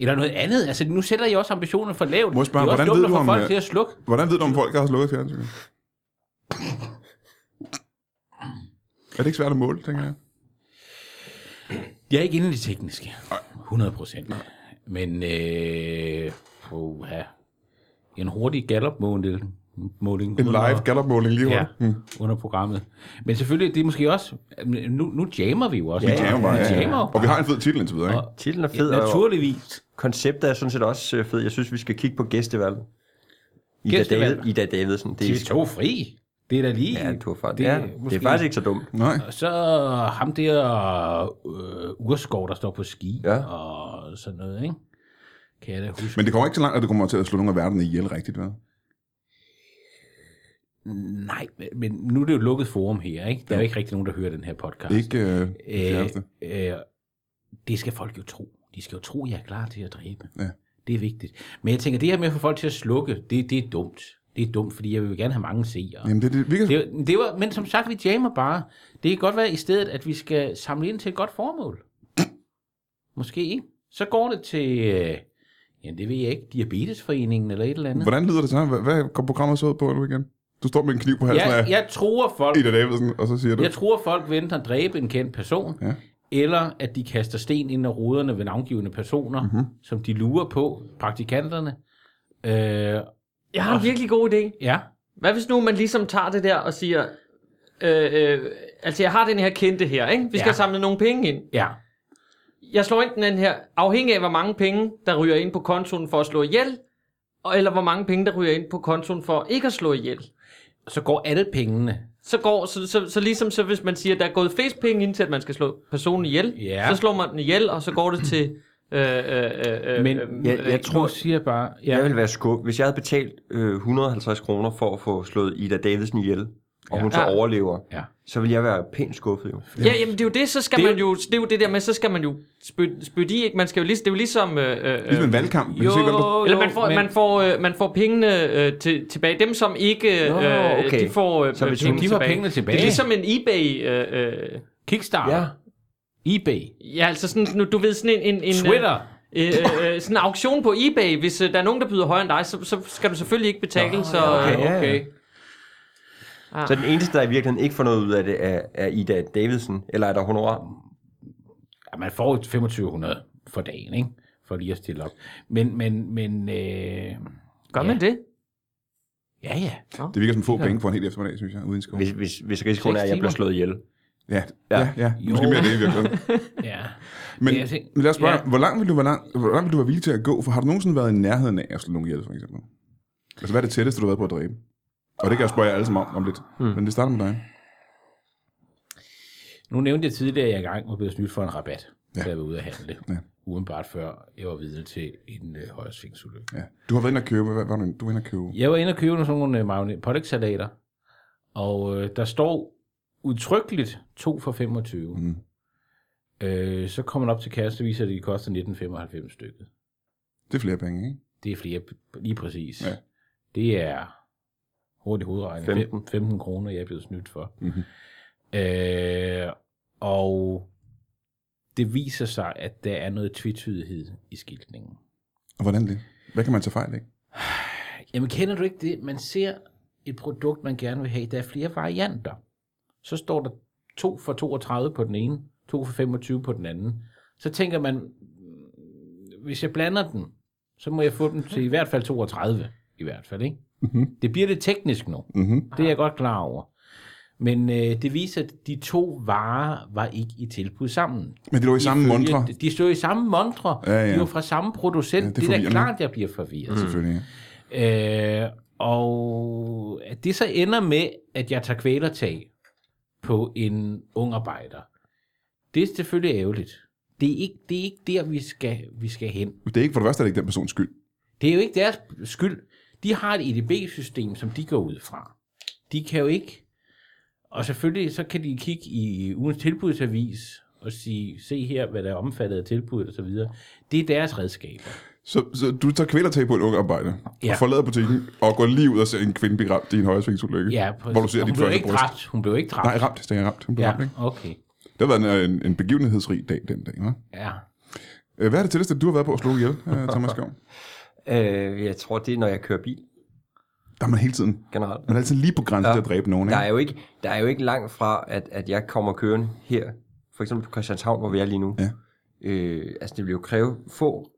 D: Eller noget andet. Altså, nu sætter jeg også ambitionen for lavt.
A: Må jeg spørge,
D: det er også
A: hvordan ved
D: dumt at
A: du,
D: få
A: om,
D: folk
A: øh,
D: til at slukke.
A: Hvordan ved du, om folk har slukket
D: [LAUGHS]
A: fjernsynet? Er det ikke svært at måle, tænker jeg?
D: Jeg er ikke inde i det tekniske. 100 procent. Men øh, uha. en hurtig Gallup-måling. måling
A: En
D: under-
A: live Gallup-måling lige Mm.
D: Ja,
A: hurtigt. Ja.
D: under programmet. Men selvfølgelig, det er måske også... Nu, nu jammer vi jo også.
B: Vi jammer
A: bare,
D: vi
A: ja,
D: jammer
A: ja.
D: jo
A: Og vi
D: bare.
A: har en fed titel indtil videre, ikke?
B: Titlen er fed,
D: Ja,
B: og
D: naturligvis.
B: konceptet er sådan set også øh, fedt. Jeg synes, vi skal kigge på gæstevalg. Ida,
D: Gæstevalg?
B: David, Ida Davidsen. Det
D: De
B: er,
D: er to fri. Det er da lige...
B: ja, du har faktisk-
D: det,
B: ja,
D: er
B: det
D: måske-
B: er faktisk ikke så dumt.
A: Nej.
D: Og så ham der øh, Urskov, der står på ski
B: Ja.
D: og sådan noget, ikke? Kan jeg da huske.
A: Men det kommer ikke så langt, at du kommer til at slå nogle af verden ihjel rigtigt, hvad?
D: Nej, men nu er det jo et lukket forum her, ikke? Der er jo ikke rigtig nogen, der hører den her podcast.
A: Ikke øh, kæreste.
D: øh, det skal folk jo tro. De skal jo tro, jeg er klar til at dræbe.
A: Ja.
D: Det er vigtigt. Men jeg tænker, det her med at få folk til at slukke, det, det er dumt. Det er dumt, fordi jeg vil jo gerne have mange seere.
A: Jamen, det, det virker...
D: Det, er- det var, men som sagt, vi jammer bare. Det kan godt være i stedet, at vi skal samle ind til et godt formål. Måske ikke. Så går det til, øh, jamen det ved jeg ikke, Diabetesforeningen eller et eller andet.
A: Hvordan lyder det så? Hvad, hvad kom programmet så ud på nu igen? Du står med en kniv på halsen af
D: Jeg, jeg tror folk,
A: Ida Davidsen, og så siger du...
D: jeg tror folk venter at dræbe en kendt person.
A: Ja.
D: eller at de kaster sten ind af ruderne ved navngivende personer, mm-hmm. som de lurer på, praktikanterne. Øh,
C: Jeg har en virkelig god idé.
D: ja,
C: Hvad hvis nu man ligesom tager det der og siger, øh, øh, altså jeg har den her kendte her, ikke? Vi skal
D: Ja.
C: ja. samle nogle penge ind.
D: ja,
C: Jeg slår enten den her, afhængig af hvor mange penge, der ryger ind på kontoen for at slå ihjel, og- eller hvor mange penge, der ryger ind på kontoen for ikke at slå ihjel.
D: så går alle pengene.
C: Så, går, så, så, så ligesom så hvis man siger, at der er gået flest penge ind til, at man skal slå personen ihjel,
D: Ja.
C: så slår man den ihjel, og så går det til... Øh, øh, øh, øh,
D: Men
C: øh,
B: jeg- jeg
D: nu
B: tror-
D: siger jeg bare,
B: Ja. Jeg
D: ja,
B: ville være skuffet, hvis jeg havde betalt øh, 150 kroner for at få slået Ida Davidsen ihjel, og hun så
C: Ja.
B: overlever,
D: Ja.
B: så ville jeg være pænt skuffet jo.
C: Ja, jamen det er jo det, så skal
D: Det
C: det
D: er
C: man jo, det er jo det der med, så skal man jo spytte spyt i, ikke? Man skal jo lige, det er jo ligesom... Øh, øh,
A: Ligesom en valgkamp. Man kan
D: jo,
A: se, hvem der-
C: eller man
D: jo,
C: får,
D: men-
C: man får, øh, man får pengene øh, til, tilbage. Dem, som ikke... Øh,
B: Nå, okay.
C: De får øh,
B: Så hvis
C: pengene,
D: hun- de får pengene tilbage.
C: Det er ligesom en eBay... Øh, øh,
D: Kickstarter, ja. eBay,
C: ja, altså sådan, nu, du ved, sådan en... en, en
D: Twitter.
C: Øh, øh, øh, sådan en auktion på eBay. Hvis øh, der er nogen, der byder højere end dig, så, så skal du selvfølgelig ikke betale. Nå, så,
B: okay.
C: øh,
B: Ja, ja.
C: ah.
B: Så den eneste, der i virkeligheden ikke får noget ud af det, er, er Ida Davidsen, eller er der honorar?
D: Ja, man får jo 2500 for dagen, ikke? For lige at stille op. Men, men, men, øh,
C: Gør
D: ja.
C: man det?
D: Ja, ja.
A: Det virker som få penge for en hel eftermiddag, synes jeg, ude i en skov.
B: Hvis, hvis, hvis risikoen er, at jeg bliver
D: timer.
B: slået ihjel.
A: Ja, ja, ja. Måske mere det i virkeligheden.
D: ja.
A: Men,
D: Det er ting-
A: men lad os spørge,
D: ja.
A: hvor langt vil du være, lang, hvor langt vil du være villig til at gå? For har du nogensinde været i nærheden af at slå nogen ihjel, for eksempel? Altså, hvad er det tætteste, du har været på at dræbe? Og det kan jeg spørge jer alle sammen om, om lidt. Hmm. Men det starter med dig.
D: Nu nævnte jeg tidligere, at jeg engang var blevet snydt for en rabat,
A: Ja.
D: ja. da jeg var ude at handle.
A: Ja.
D: Ja. Udenbart før jeg var vidne til en øh, højresvingsulykke.
A: Ja. Du har været inde og købe. Hvad, hvad var du, du var inde og købe?
D: Jeg var inde og købe nogle sådan nogle øh, magne- pålægssalater, og øh, der står udtrykkeligt 2 for 25.
A: Mm.
D: Mm. Øh, så kommer man op til kassen, så viser det, at de koster 19,95 stykket.
A: Det er flere penge, ikke?
D: Det er flere, lige præcis.
A: Ja.
D: Ja. Det er hurtigt hovedregning. 15. 15 kroner, jeg er blevet snydt for. Mm-hmm. Øh, og det viser sig, at der er noget tvetydighed i skiltningen.
A: Og hvordan det? Hvad kan man tage fejl af?
D: Jamen kender du ikke det? Man ser et produkt, man gerne vil have. Der er flere varianter. Så står der 2 for 32 på den ene, 2 for 25 på den anden. Så tænker man, "Mm, hvis jeg blander dem, så må jeg få dem til i hvert fald 32. I hvert fald, ikke?
A: Mhm.
D: Mm-hmm. Det bliver lidt teknisk nu. Mm-hmm. Det er jeg godt klar over. Men øh, det viser, at de to varer var ikke i tilbud sammen.
A: Men det lå i samme
D: Ifølge-
A: montre.
D: De stod i samme montre.
A: Ja, ja.
D: De var fra samme producent.
A: Ja,
D: Ja,
A: det er
D: det, det er da
A: forvirrende.
D: klart, jeg bliver forvirret.
A: Selvfølgelig. ja.
D: Øh, og at det så ender med, at jeg tager kvælertag på en ung arbejder. Det er selvfølgelig ærgerligt. Det er ikke, det er ikke der, vi skal, vi skal hen.
A: Det er ikke, for det første er det ikke den persons skyld.
D: Det er jo ikke deres skyld. De har et EDB-system, som de går ud fra. De kan jo ikke... Og selvfølgelig så kan de kigge i ugens tilbudsavis og sige, se her, hvad der er omfattet af tilbuddet osv. Det er deres redskaber.
A: Så, så du tager kvælertag på et ung arbejde, ja.
D: Ja.
A: og forlader butikken, og går lige ud og ser en kvinde blive ramt i en højresvingsulykke,
D: Ja,
A: hvor du ser
D: hun
A: dit
D: blev
A: første
D: ikke
A: bryst.
D: dræbt. Hun blev ikke dræbt.
A: Nej, ramt. Det er ramt. Hun blev ja. ramt,
D: ja,
A: ikke?
D: okay.
A: Det har været en, en, en begivenhedsrig dag den dag, hva'?
D: Ja.
A: Øh, Hvad er det tætteste, du har været på at slå ihjel, øh, Thomas Skov?
B: Øh, jeg tror, det er, når jeg kører bil
A: Der er man hele tiden.
B: generelt.
A: Man er altid lige på grænsen ja.
B: Ja.
A: til at dræbe nogen,
B: Der
A: ikke?
B: er jo ikke, der er jo ikke langt fra, at, at jeg kommer kørende her, for eksempel på Christianshavn, hvor vi er lige nu.
A: Ja.
B: Øh, altså, det vil jo kræve få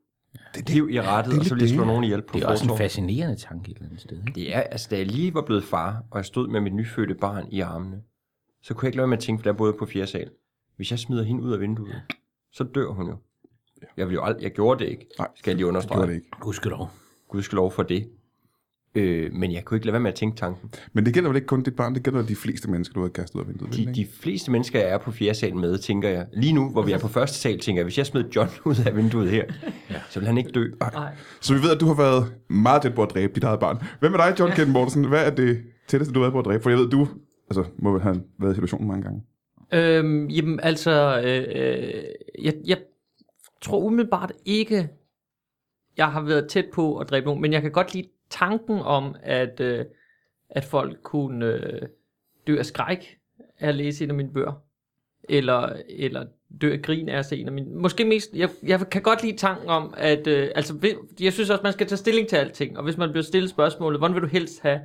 B: det, det, liv i rettet,
A: det er
B: og så
A: lidt
B: vil jeg slå
A: det.
B: nogen ihjel på
D: Det er også en
B: fortovet.
D: fascinerende tanke et eller andet sted. ikke?
B: Det er, altså da jeg lige var blevet far, og jeg stod med mit nyfødte barn i armene, så kunne jeg ikke lade være med at tænke, for der boede jeg på fjerde sal. Hvis jeg smider hende ud af vinduet, så dør hun jo. Jeg, ville jo ald- jeg gjorde det ikke,
A: Nej,
B: skal jeg
A: Det
B: lige
A: gjorde det
B: understrege.
A: ikke.
D: Gudskelov.
B: Gudskelov for det. Øh, men jeg kunne ikke lade være med at tænke tanken.
A: Men det gælder vel ikke kun dit barn, det gælder de fleste mennesker, du har kastet ud af vinduet. vel,
B: De,
A: ikke?
B: de fleste mennesker, jeg er på fjerde sal med, tænker jeg, lige nu, hvor vi er på første sal, tænker jeg, hvis jeg smed John [LAUGHS] ud af vinduet her, ja. så vil han ikke dø.
C: Nej.
A: Så vi ved, at du har været meget tæt på at dræbe dit eget barn. Hvad med dig, John Kent Mortensen? Hvad er det tætteste, du har været på at dræbe? For jeg ved, du altså, må vel have været i situationen mange gange.
C: Øhm, jamen altså, øh, øh, jeg, jeg tror umiddelbart ikke, jeg har været tæt på at dræbe nogen, men jeg kan godt lide tanken om, at, øh, at folk kunne øh, dø af skræk af at læse en af mine bøger. Eller, eller dø af grin af at se en af mine... Måske mest... Jeg, jeg kan godt lide tanken om, at... Øh, altså, ved- jeg synes også, man skal tage stilling til alting. Og hvis man bliver stillet spørgsmålet, hvordan vil du helst have,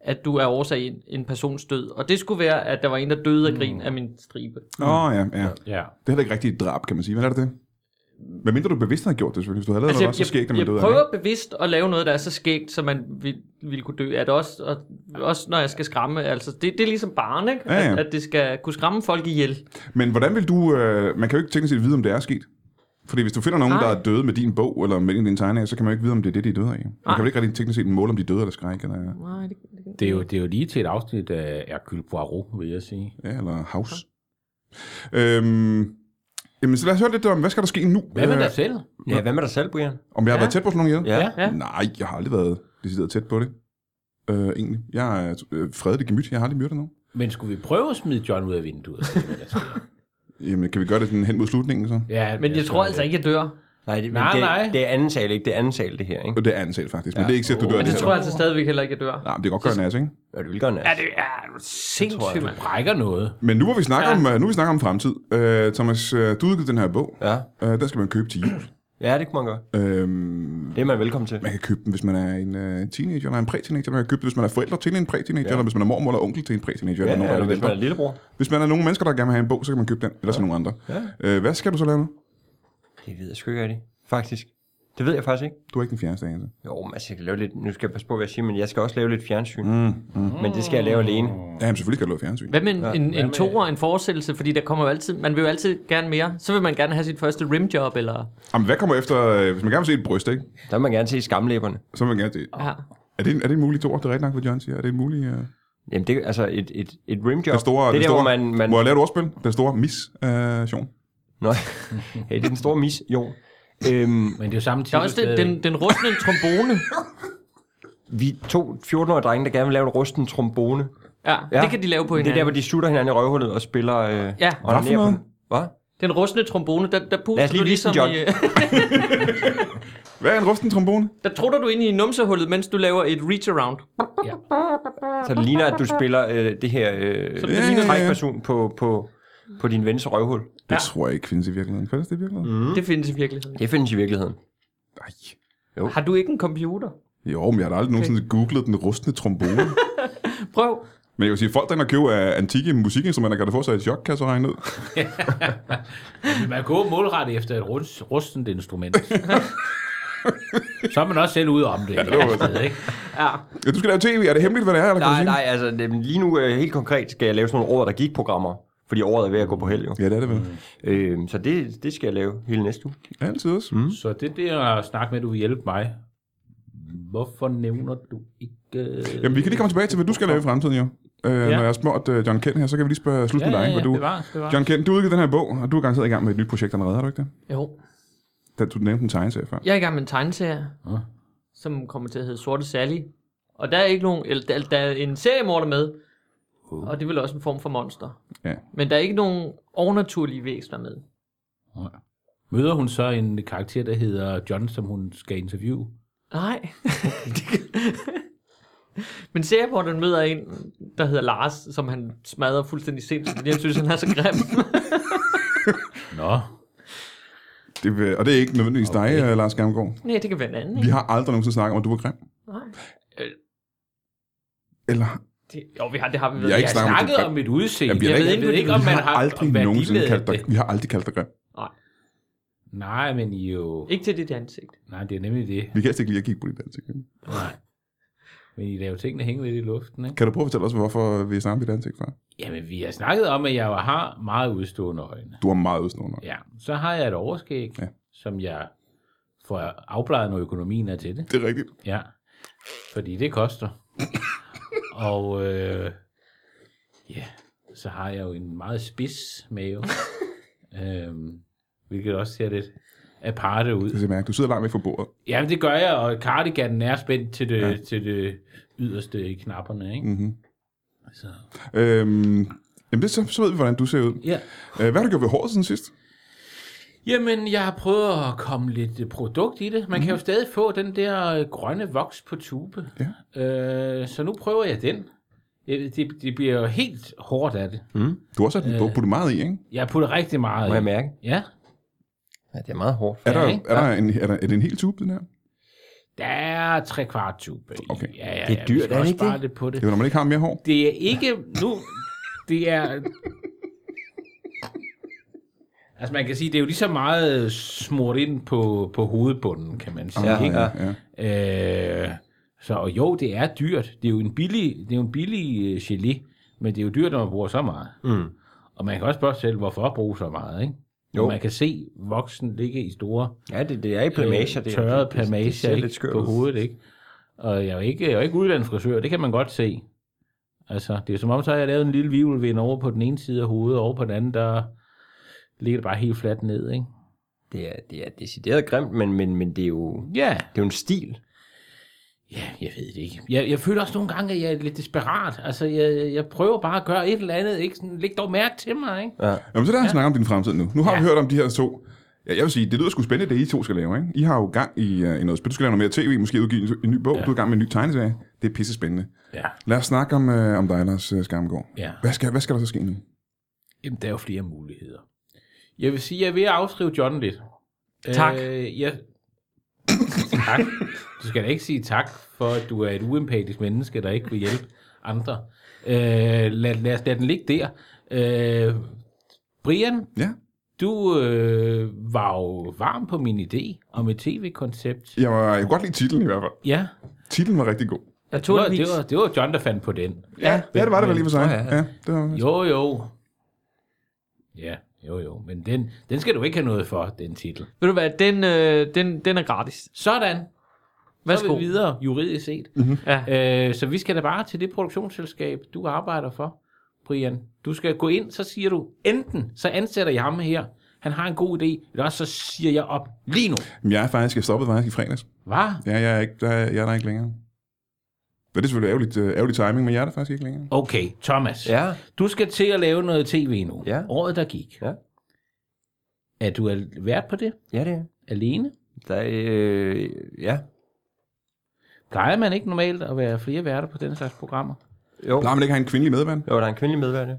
C: at du er årsag i en, en persons død? Og det skulle være, at der var en, der døde af
A: Mm.
C: grin af min stribe.
A: Åh, oh, ja, ja.
D: Ja.
A: Det er heller ikke rigtigt et drab, kan man sige. Hvad er det det? Hvad mindre du bevidst havde gjort det, selvfølgelig. Hvis du havde lavet altså, noget, jeg, så skægt, når man
C: jeg
A: døde af
C: prøver bevidst at lave noget, der er så skægt, så man vil, vil kunne dø af det også, og, også når jeg skal skræmme. Altså, det, det er ligesom barn, ikke?
A: Ja, ja.
C: At, at det skal kunne skræmme folk ihjel.
A: det. Men hvordan vil du... Øh, man kan jo ikke teknisk set vide, om det er sket. Fordi hvis du finder nogen,
C: Nej.
A: der er døde med din bog eller med din tegning, så kan man jo ikke vide, om det er det, de er døde af. Man
C: Nej.
A: kan jo ikke rigtig teknisk set måle, om de er døde eller skræk, eller,
C: Nej, det, det,
D: Det er, jo, det er jo lige til et afsnit af Hercule Poirot, vil jeg sige.
A: ja, eller house. Øhm, jamen, så lad os høre lidt om, hvad skal der ske nu?
D: Hvad med
A: Øh,
D: dig selv?
B: Ja, hvad med dig selv, Brian?
A: Om jeg har ja.
D: Ja.
A: været tæt på sådan nogen ihjel?
B: Ja.
D: Ja.
C: Ja.
A: Nej, jeg har aldrig været decideret tæt på det. Øh, egentlig. Jeg er øh, fredet i gemyt. Jeg har aldrig myrdet nogen.
D: Men skulle vi prøve at smide John ud af vinduet? og se, hvad der sker?
A: Jamen, kan vi gøre det sådan hen mod slutningen så?
D: [LAUGHS] ja,
C: men jeg tror altså ikke, jeg dør.
B: Nej, det, men
D: Nej,
B: det,
D: nej.
B: det er anden sal, ikke? Det er anden sal, det her, ikke?
A: Og det er ansat faktisk, men det er ikke sikkert, du dør.
C: Men det
A: heller.
C: tror jeg altså stadigvæk heller ikke, jeg dør.
A: Nej, men det kan godt gøre nas, ikke?
B: Ja, det vil gøre
C: Ja,
B: det.
C: det er sindssygt, mand.
D: Brækker noget.
A: Men nu hvor vi snakker,
C: Ja.
A: om, øh, nu, hvor vi snakker om fremtid. Øh, Thomas, øh, du udgav den her bog.
B: Ja.
A: Øh, den skal man købe til jul.
B: ja, det kan man gøre.
A: Øhm,
B: Det er man velkommen til.
A: man kan købe den, hvis man er en øh, teenager eller en præ-teenager. Man kan købe den, hvis man er forældre til en præ-teenager, ja. eller hvis man er mormor eller onkel til en præ-teenager.
B: Ja,
A: eller nogen, der
B: eller
A: er
B: hvis man er
A: lidt ældre.
B: lillebror.
A: hvis man er nogle mennesker, der gerne vil have en bog, så kan man købe den, eller så nogle andre.
B: Ja.
A: Øh, hvad skal du så lave nu?
B: Det ved jeg sgu ikke rigtigt, faktisk. Det ved jeg faktisk ikke.
A: Du er ikke den fjerde anelse.
B: Jo, men altså, jeg kan lave lidt, nu skal jeg passe på, hvad jeg siger, men jeg skal også lave lidt fjernsyn. Mm, mm. Men det skal jeg lave alene.
A: Ja, men selvfølgelig skal du lave fjernsyn.
C: Hvad med en, en, en toer, en forestillelse? Fordi der kommer jo altid, man vil jo altid gerne mere. Så vil man gerne have sit første rimjob, eller...
A: Jamen, hvad kommer efter, øh, hvis man gerne vil se et bryst, ikke?
B: Der vil man gerne se skamlæberne.
A: Så vil man gerne se.
C: Ja.
A: Er det en, er det en mulig tor? Det er rigtigt nok, hvad John siger. Er det en mulig... Øh,
B: Jamen, det er altså et, et, et rimjob.
A: den store,
B: det er
A: den
B: der,
A: store,
B: hvor man... man
A: Må jeg lave et ordspil? Den store øh, miss-sion.
B: Nå, [LAUGHS] hey, det er den store mis, jo. Øhm,
D: Men det er jo samme tid.
C: Der er også den, den, den rustende trombone.
B: vi to 14-årige drenge, der gerne vil lave en rusten trombone.
C: Ja, ja, det kan de lave på
B: Det er der,
C: hinanden.
B: hvor de sutter hinanden i røvhullet og spiller... Øh, ja.
C: Ja,
B: Og
A: Hvad for noget?
B: Hvad?
C: den rustende trombone, der, der
B: Lad os
C: puster
B: lige vise
C: du ligesom
B: den, John.
C: i... øh,
A: Hvad er en rusten trombone?
C: Der trutter du ind i numsehullet, mens du laver et reach-around.
B: Så det ligner, at du spiller øh, det her øh,
A: Ja, ja, ja.
B: trækperson på, på, på din vens røvhul.
A: Det tror jeg ikke findes i virkeligheden. Findes det i virkeligheden? Mm.
C: Mm. Det findes i virkeligheden.
B: Det findes i virkeligheden.
A: Nej.
C: Har du ikke en computer?
A: Jo, men jeg har da aldrig nogensinde googlet den rustne [LAUGHS] trombone.
C: Prøv.
A: men jeg vil sige, folk, der ender købe af antikke musikinstrumenter, kan da få sig et chok, kan jeg så regne ud.
D: Man kan gå målrettet efter et rust, rustent [LAUGHS] instrument. så er man også selv ude om det. Ja, det
A: var-
D: ikke?
C: Ja.
A: Ja, du skal lave tv. Er det hemmeligt, hvad det er? Eller kan du sige
B: Nej, nej, altså det, lige nu øh, helt konkret skal jeg lave sådan nogle året, der gik programmer. Fordi året er ved at gå på held, jo.
A: det? Ja, det er det vel.
B: Øh, så det, det skal jeg lave hele næste uge.
A: Altid også. Mm.
D: Så det der at snakke med, at du vil hjælpe mig. Hvorfor nævner du ikke...
A: Jamen, vi kan lige komme tilbage til, hvad du skal lave i fremtiden, jo. Øh, ja. Når jeg har spurgt øh, John Kent her, så kan vi lige spørge slut med dig. hvad du...
D: bevares, bevares.
A: John Kent, du har udgivet den her bog, og du er garanteret i gang med et nyt projekt allerede, har du ikke det?
C: Jo.
A: Da du nævnte en tegneserie før.
C: Jeg er i gang med en tegneserie,
D: Nå.
C: som kommer til at hedde Sorte Sally. Og der er ikke nogen, eller der, der er en seriemorder med, og det er vel også en form for monster.
A: Ja.
C: Men der er ikke nogen overnaturlige væsener med.
D: Møder hun så en karakter, der hedder John, som hun skal interviewe?
C: Nej. Det kan- [LAUGHS] Men seriemorderen møder en, der hedder Lars, som han smadrer fuldstændig sindssygt, fordi han synes, han er så grim.
D: Nå.
A: Det, vil- og det er ikke nødvendigvis okay. dig, øh, Lars Gamgaard.
C: [LAUGHS] Nej, det kan være en anden,
A: Vi
C: ikke?
A: har aldrig nogensinde snakket om, at du var grim.
C: Nej.
A: Eller
C: Det, jo, vi har, det har vi
A: Jeg
C: været.
A: er
D: Jeg
A: ikke snakket om
D: snakkede
A: det.
D: om mit udseende.
A: Jamen, vi har
D: jeg,
A: da
D: ved
C: ikke-
D: ikke, jeg ved ikke, om
A: vi
D: man
A: har
D: har
A: aldrig
D: om hvad de
A: nogensinde
D: ved
A: kaldt dig,
D: det.
A: vi har aldrig kaldt dig grim.
C: Nej,
D: Nej, men I jo...
C: ikke til dit ansigt.
D: Nej, det er nemlig det.
A: Vi kan helst ikke lige at kigge på dit ansigt.
D: Nej. Men I laver tingene hænge lidt i luften, ikke?
A: Kan du prøve at fortælle os, hvorfor vi snakker om dit ansigt før?
D: Jamen, vi har snakket om, at jeg har meget udstående øjne.
A: Du har meget udstående.
D: Ja, så har jeg et overskæg,
A: Ja.
D: ja. som jeg får afplejet, når økonomien er til det.
A: Det er rigtigt.
D: Ja, fordi det koster. og øh, ja, så har jeg jo en meget spids mave, øhm, hvilket også ser lidt aparte
A: Det
D: ud.
A: skal jeg mærke. Du sidder langt væk fra bordet.
D: Jamen, det gør jeg, og cardiganen er spændt til det, ja. til det yderste i knapperne, ikke?
A: Mm-hmm.
D: Så,
A: Øhm, jamen, det, så, så ved vi, hvordan du ser ud.
D: ja.
A: Øh, hvad har du gjort ved håret siden sidst?
D: Jamen, jeg har prøvet at komme lidt øh, produkt i det. Man mm. kan jo stadig få den der øh, grønne voks på tube. Ja. Øh, så nu prøver jeg den. Jeg- Det, det bliver jo helt hårdt af det.
A: Du har også sat øh. puttet meget i, ikke?
D: Jeg putter rigtig meget
B: Må
D: i.
B: jeg mærke?
D: Ja.
B: Ja, det er meget hårdt.
A: Er, der,
D: ikke?
A: er, der en, er, der, er det en hel tube, den her?
D: Der er tre kvart tube. i.
A: Okay.
D: Ja,
B: Det
D: ja,
B: er
D: ja, vi
B: dyrt,
D: skal
B: er det
D: også
B: ikke
D: spare
B: det?
D: lidt på
A: Det
D: det.
A: er jo, når man ikke har mere hår.
D: Det er ikke nu... Det er... Altså man kan sige, det er jo lige så meget øh, smurt ind på, på hovedbunden, kan man sige.
B: Ja,
D: ikke?
A: ja.
B: ja.
A: ja.
D: Øh, så og jo, det er dyrt. Det er jo en billig, det er jo en billig øh, gelé, men det er jo dyrt, når man bruger så meget.
B: Mm.
D: Og man kan også spørge sig selv, hvorfor bruge så meget, ikke? Jo.
B: Jo.
D: Og man kan se voksen ligge i store
B: Ja, det, det er i plamager. Det,
D: tørrede
B: det, det, det, det ser
D: plamager
B: lidt
D: ikke,
B: skørt
D: på
B: ud.
D: hovedet, ikke? Og jeg er jo ikke, jeg er jo ikke uddannet frisør, det kan man godt se. Altså, det er som om, så har jeg lavet en lille vivlvind over på den ene side af hovedet, og over på den anden, der ligger det bare helt fladt ned, ikke?
B: Det er, det er decideret grimt, men, men, men det, er jo,
D: Ja,
B: det er jo en stil.
D: ja jeg ved det ikke. Jeg, jeg føler også nogle gange, at jeg er lidt desperat. Altså, jeg, jeg prøver bare at gøre et eller andet, ikke? Sådan, læg dog mærke til mig, ikke?
B: Ja.
A: Jamen, så lad os ja. snakke om din fremtid nu. Nu har ja. vi hørt om de her to. Ja, jeg vil sige, det lyder sgu spændende, det I to skal lave, ikke? I har jo gang i, uh, i noget spil. Du skal lave noget mere tv, måske udgive en, en ny bog. Ja. Du er i gang med en ny tegneserie. Det er pisse spændende.
D: Ja.
A: Lad os snakke om, uh, om dig, Lars øh, Skamgaard.
D: Ja.
A: Hvad skal, hvad skal der så ske nu?
D: Jamen, der er jo flere muligheder. Jeg vil sige, jeg er ved at afskrive John lidt.
C: Tak.
D: Øh, jeg... [COUGHS] tak. Du skal da ikke sige tak, for at du er et uempatisk menneske, der ikke vil hjælpe andre. Øh, lad, lad, os- lad den ligge der. Øh, Brian,
A: Ja,
D: du øh, var jo varm på min idé om et tv-koncept.
A: jeg, var, jeg kunne godt lide titlen i hvert fald.
D: Ja,
A: Titlen var rigtig god.
D: det var, det,
C: Naturligvis.
D: var, det var John, der fandt på den.
A: Ja, ja det var det vel lige for sig.
B: Nå, ja, ja.
A: Ja, det var,
D: Jo, jo. Ja, jo, jo. Men den, den skal du ikke have noget for, den titel.
C: Ved du hvad, den, øh, den, den er gratis.
D: Sådan.
C: Værsgo.
D: Så er vi videre, juridisk set.
B: Mhm.
C: Ja.
D: Øh, så vi skal da bare til det produktionsselskab, du arbejder for, Brian. Du skal gå ind, så siger du, enten så ansætter jeg ham her, han har en god idé, eller også så siger jeg op lige nu.
A: Men jeg er faktisk jeg stoppet faktisk i fredags.
D: Hvad?
A: Ja, jeg er, ikke, der, er- jeg er der ikke længere. Det er selvfølgelig ærgerligt, øh, ærgerlig timing, men jeg er der faktisk ikke længere.
D: Okay, Thomas.
B: Ja.
D: Du skal til at lave noget tv nu.
B: Ja.
D: Året, der gik.
B: Ja.
D: Er du al- vært på det?
B: ja, det er.
D: Alene?
B: Der, øh, ja.
D: Plejer man ikke normalt at være flere værter på den slags programmer?
B: Jo.
A: Plejer man ikke at have en kvindelig medvand?
B: Jo, der er en kvindelig medværende.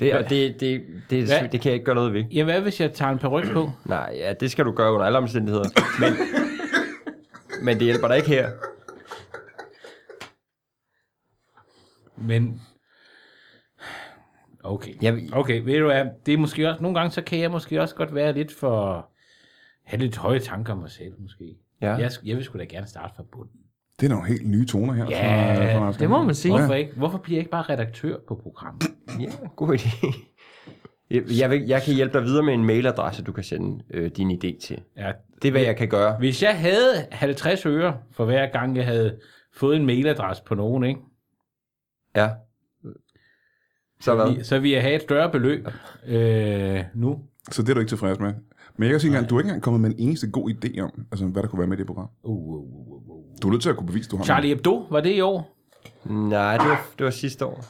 B: Det, og det, det, det,
D: Hvad?
B: det, det kan jeg ikke gøre noget ved.
D: Ja, hvad hvis jeg tager en peruk på?
B: Nej, ja, det skal du gøre under alle omstændigheder.
D: [LAUGHS]
B: Men, men det hjælper dig ikke her.
D: Men... Okay.
B: Jeg,
D: Okay, ved du hvad, det er måske også, nogle gange så kan jeg måske også godt være lidt for, have lidt høje tanker om mig selv måske.
B: Ja.
D: Jeg, sk- jeg vil sgu da gerne starte fra bunden.
A: Det er nogle helt nye toner her.
D: Ja,
A: fra, fra aften.
C: Det må man sige.
D: Hvorfor, ikke? Hvorfor bliver jeg ikke bare redaktør på programmet?
B: ja, god idé. Jeg, jeg, vil, jeg kan hjælpe dig videre med en mailadresse, du kan sende øh, din idé til.
D: Ja,
B: Det er, hvad jeg kan gøre.
D: hvis jeg havde 50 øre for hver gang, jeg havde fået en mailadresse på nogen, ikke?
B: Ja. Så hvad?
D: Vi- så ville jeg have et større beløb øh, nu.
A: Så det er du ikke tilfreds med. Men jeg kan sige engang, du er ikke engang kommet med en eneste god idé om, altså, hvad der kunne være med i det program.
D: Uh, uh, uh, uh, uh.
A: Du er nødt til at kunne bevise, du har
D: Charlie Hebdo, var det i år?
B: Nej, det var, det var sidste år.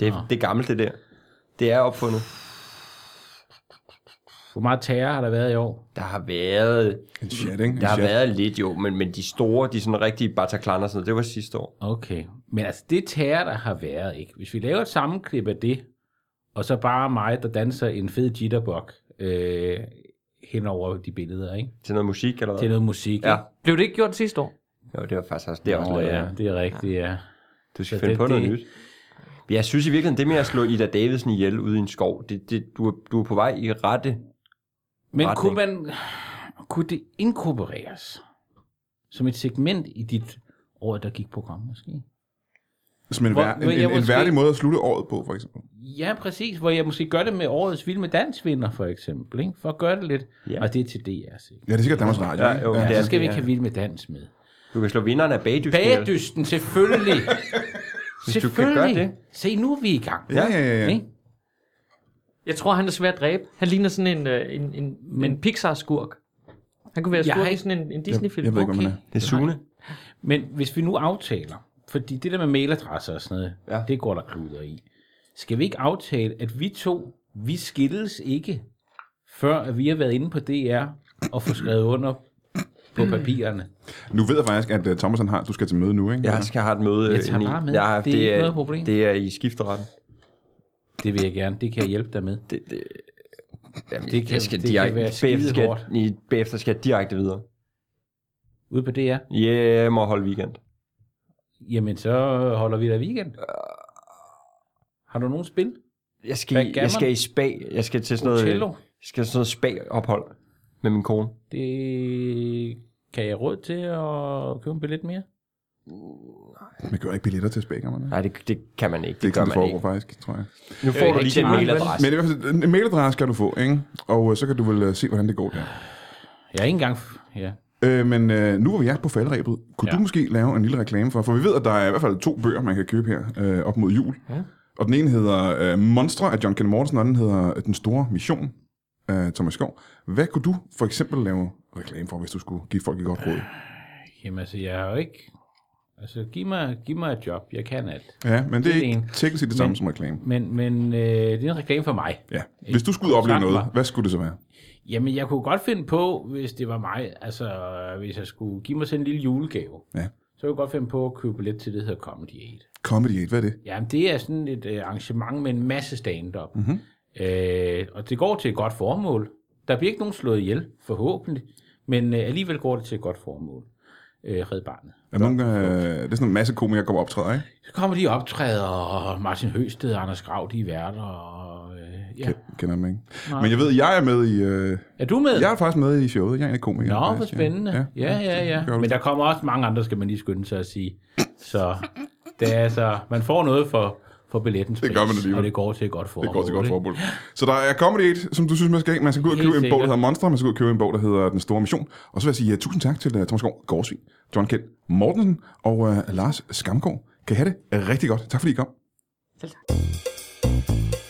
B: Det,
D: Nå.
B: det er gammelt, det der. Det er opfundet.
D: Hvor meget terror har der været i år?
B: Der har været
A: en chat, ikke? En
B: Der har
A: chat.
B: været lidt jo, men, men de store, de sådan rigtige Bataclan og sådan noget, det var sidste år.
D: Okay, men altså det terror, der har været, ikke? Hvis vi laver et sammenklip af det, og så bare mig, der danser en fed jitterbug øh, hen over de billeder, ikke?
B: Til noget musik eller
D: Til
B: hvad?
D: noget musik,
B: Ja.
C: Blev det ikke gjort sidste år?
B: Jo, det var faktisk også, det er også
D: Nå,
B: noget,
D: ja,
B: ja.
D: det er rigtigt, ja.
B: Du skal
D: Så
B: finde
D: det-
B: på noget
D: det-
B: nyt. Men Jeg synes i virkeligheden, det med at slå Ida Davidsen ihjel ude i en skov, det, det, du, er, du er på vej i rette.
D: Men
B: Retning.
D: kunne, man, kunne det inkorporeres som et segment i dit år, der gik program, måske?
A: Som en,
D: Hvor-
A: vær, en,
D: hvor jeg
A: en, en
D: måske-
A: værdig måde at slutte året på, for eksempel.
D: Ja, præcis, hvor jeg måske gør det med årets Vild med Dansvinder, for eksempel, ikke? For at gøre det lidt,
B: Ja.
D: ja. og det er til DR, ikke?
A: Ja, det er sikkert Danmarks Radio.
B: Ja,
A: ikke?
B: jo,
A: ja.
B: det
D: Ja,
B: er
D: så skal vi
B: ja.
D: ikke have Vild med Dans med.
B: Du kan slå vinderen af bagdysten. ihjel.
D: Bagedysten, selvfølgelig.
B: [LAUGHS] Hvis du kan gøre det.
D: Se, nu er vi i gang.
A: Ja, ja, ja, ja.
D: Ikke?
C: Jeg tror, han er svær at dræbe. Han ligner sådan en, øh, en, en, en Pixar-skurk. Han kunne være
D: Jeg
C: skurk
D: har
C: i
D: ikke-
C: sådan en, en
A: Jeg,
C: Disney-film.
A: jeg ved ikke, hvad man
D: Okay.
A: er.
B: Det er Sune.
D: Men hvis vi nu aftaler, fordi det der med mailadresser og sådan noget,
B: Ja.
D: ja. det går der kluder i. Skal vi ikke aftale, at vi to, vi skilles ikke, før at vi har været inde på DR og få skrevet under på papirerne?
A: Nu ved jeg faktisk, at uh, Thomas han har, du skal til møde nu, ikke?
B: Jeg skal have et møde.
D: Jeg
B: øh,
D: tager
B: ni.
D: bare med.
B: Jeg har-
D: Det er ikke noget problem.
B: Det er i skifteretten.
D: Det vil jeg gerne. Det kan jeg hjælpe dig med.
B: Det, det, jamen,
D: Det kan-
B: jeg skal
D: det kan
B: direkte,
D: være
B: bagefter, skal,
D: skidehårdt.
B: jeg- i- bagefter skal jeg direkte videre.
D: Ude på DR.
B: Ja, yeah, må holde weekend.
D: Jamen, så holder vi der weekend. Har du nogen spil?
B: Jeg skal, i,
D: Backgammon?
B: jeg skal i spa. Jeg skal til sådan noget,
D: Otello?
B: jeg skal til sådan noget spa-ophold med min kone.
D: Det kan jeg råd til at købe en billet mere?
A: Man gør ikke billetter til spækkerne.
B: Nej, det, det kan man ikke. Det,
A: Det er ikke
B: gør
A: sådan, det
B: man
A: foregår,
B: ikke. Altså-
A: faktisk, tror jeg.
B: Nu får du lige
D: ikke
B: den
D: så meget,
B: mailadresse.
A: Men i hvert fald, en mailadresse kan du få, ikke? Og øh, så kan du vel øh, se, hvordan det går der.
D: Jeg er ikke engang... Ja.
A: Øh, men øh, nu hvor vi er på faldrebet, kunne ja.
D: Ja.
A: du måske lave en lille reklame for? For vi ved, at der er i hvert fald to bøger, man kan købe her øh, op mod jul. Ja. Og den ene hedder øh, Monstre af John Ken Mortensen, og den anden hedder øh, Den Store Mission af Thomas Skov. Hvad kunne du for eksempel lave reklame for, hvis du skulle give folk et godt råd?
D: Jamen altså, jeg har jo ikke... Altså, giv mig, giv mig et job. Jeg kan alt.
A: Ja, men det er
D: det
A: ikke
D: ene.
A: teknisk set det samme som reklame.
D: Ah, Men, men øh, det er en reklame for mig.
A: Ja. Hvis du skulle opleve
D: Snak
A: noget,
D: mig.
A: hvad skulle det så være?
D: Jamen, jeg kunne godt finde på, hvis det var mig, altså hvis jeg skulle give mig sådan en lille julegave,
A: Ja.
D: så kunne jeg godt finde på at købe lidt til det, der hedder Comedy 8.
A: Comedy 8, hvad er det?
D: Jamen, det er sådan et øh, arrangement med en masse stand-up.
A: Mhm.
D: Mm-hmm. Øh, og det går til et godt formål. Der bliver ikke nogen slået ihjel, forhåbentlig, men øh, alligevel går det til et godt formål. Øh, red barnet.
A: Er nogen, øh, det er sådan en masse komikere, der går og optræder, ikke?
D: Så kommer de optræder, og Martin Høsted og Anders Grav, de er værter, og øh, ja.
A: Kender dem ikke. Men jeg ved, jeg er med i... Øh,
D: Er du med?
A: jeg er faktisk med i showet. Jeg er en af komikerne.
D: Nå, hvor
A: faktisk, ja.
D: spændende. Ja, ja, ja.
A: gør
D: ja.
A: du.
D: Men der kommer også mange andre, skal man lige skynde sig at sige. Så det er altså, man får noget for, for billettens
A: Det gør man alligevel.
D: og det går til et godt formål.
A: Det går til godt
D: ikke?
A: formål. Så der er Comedy 8, som du synes, man skal Man skal gå ud og
D: Helt
A: købe en bog, der
D: sikkert.
A: hedder Monster. Man skal gå ud og købe en bog, der hedder Den Store Mission. Og så vil jeg sige uh, tusind tak til uh, Thomas Gård, Gårdsvig, John Kent Mortensen og øh, uh, Lars Skamgaard. Kan I have det rigtig godt. Tak fordi I kom.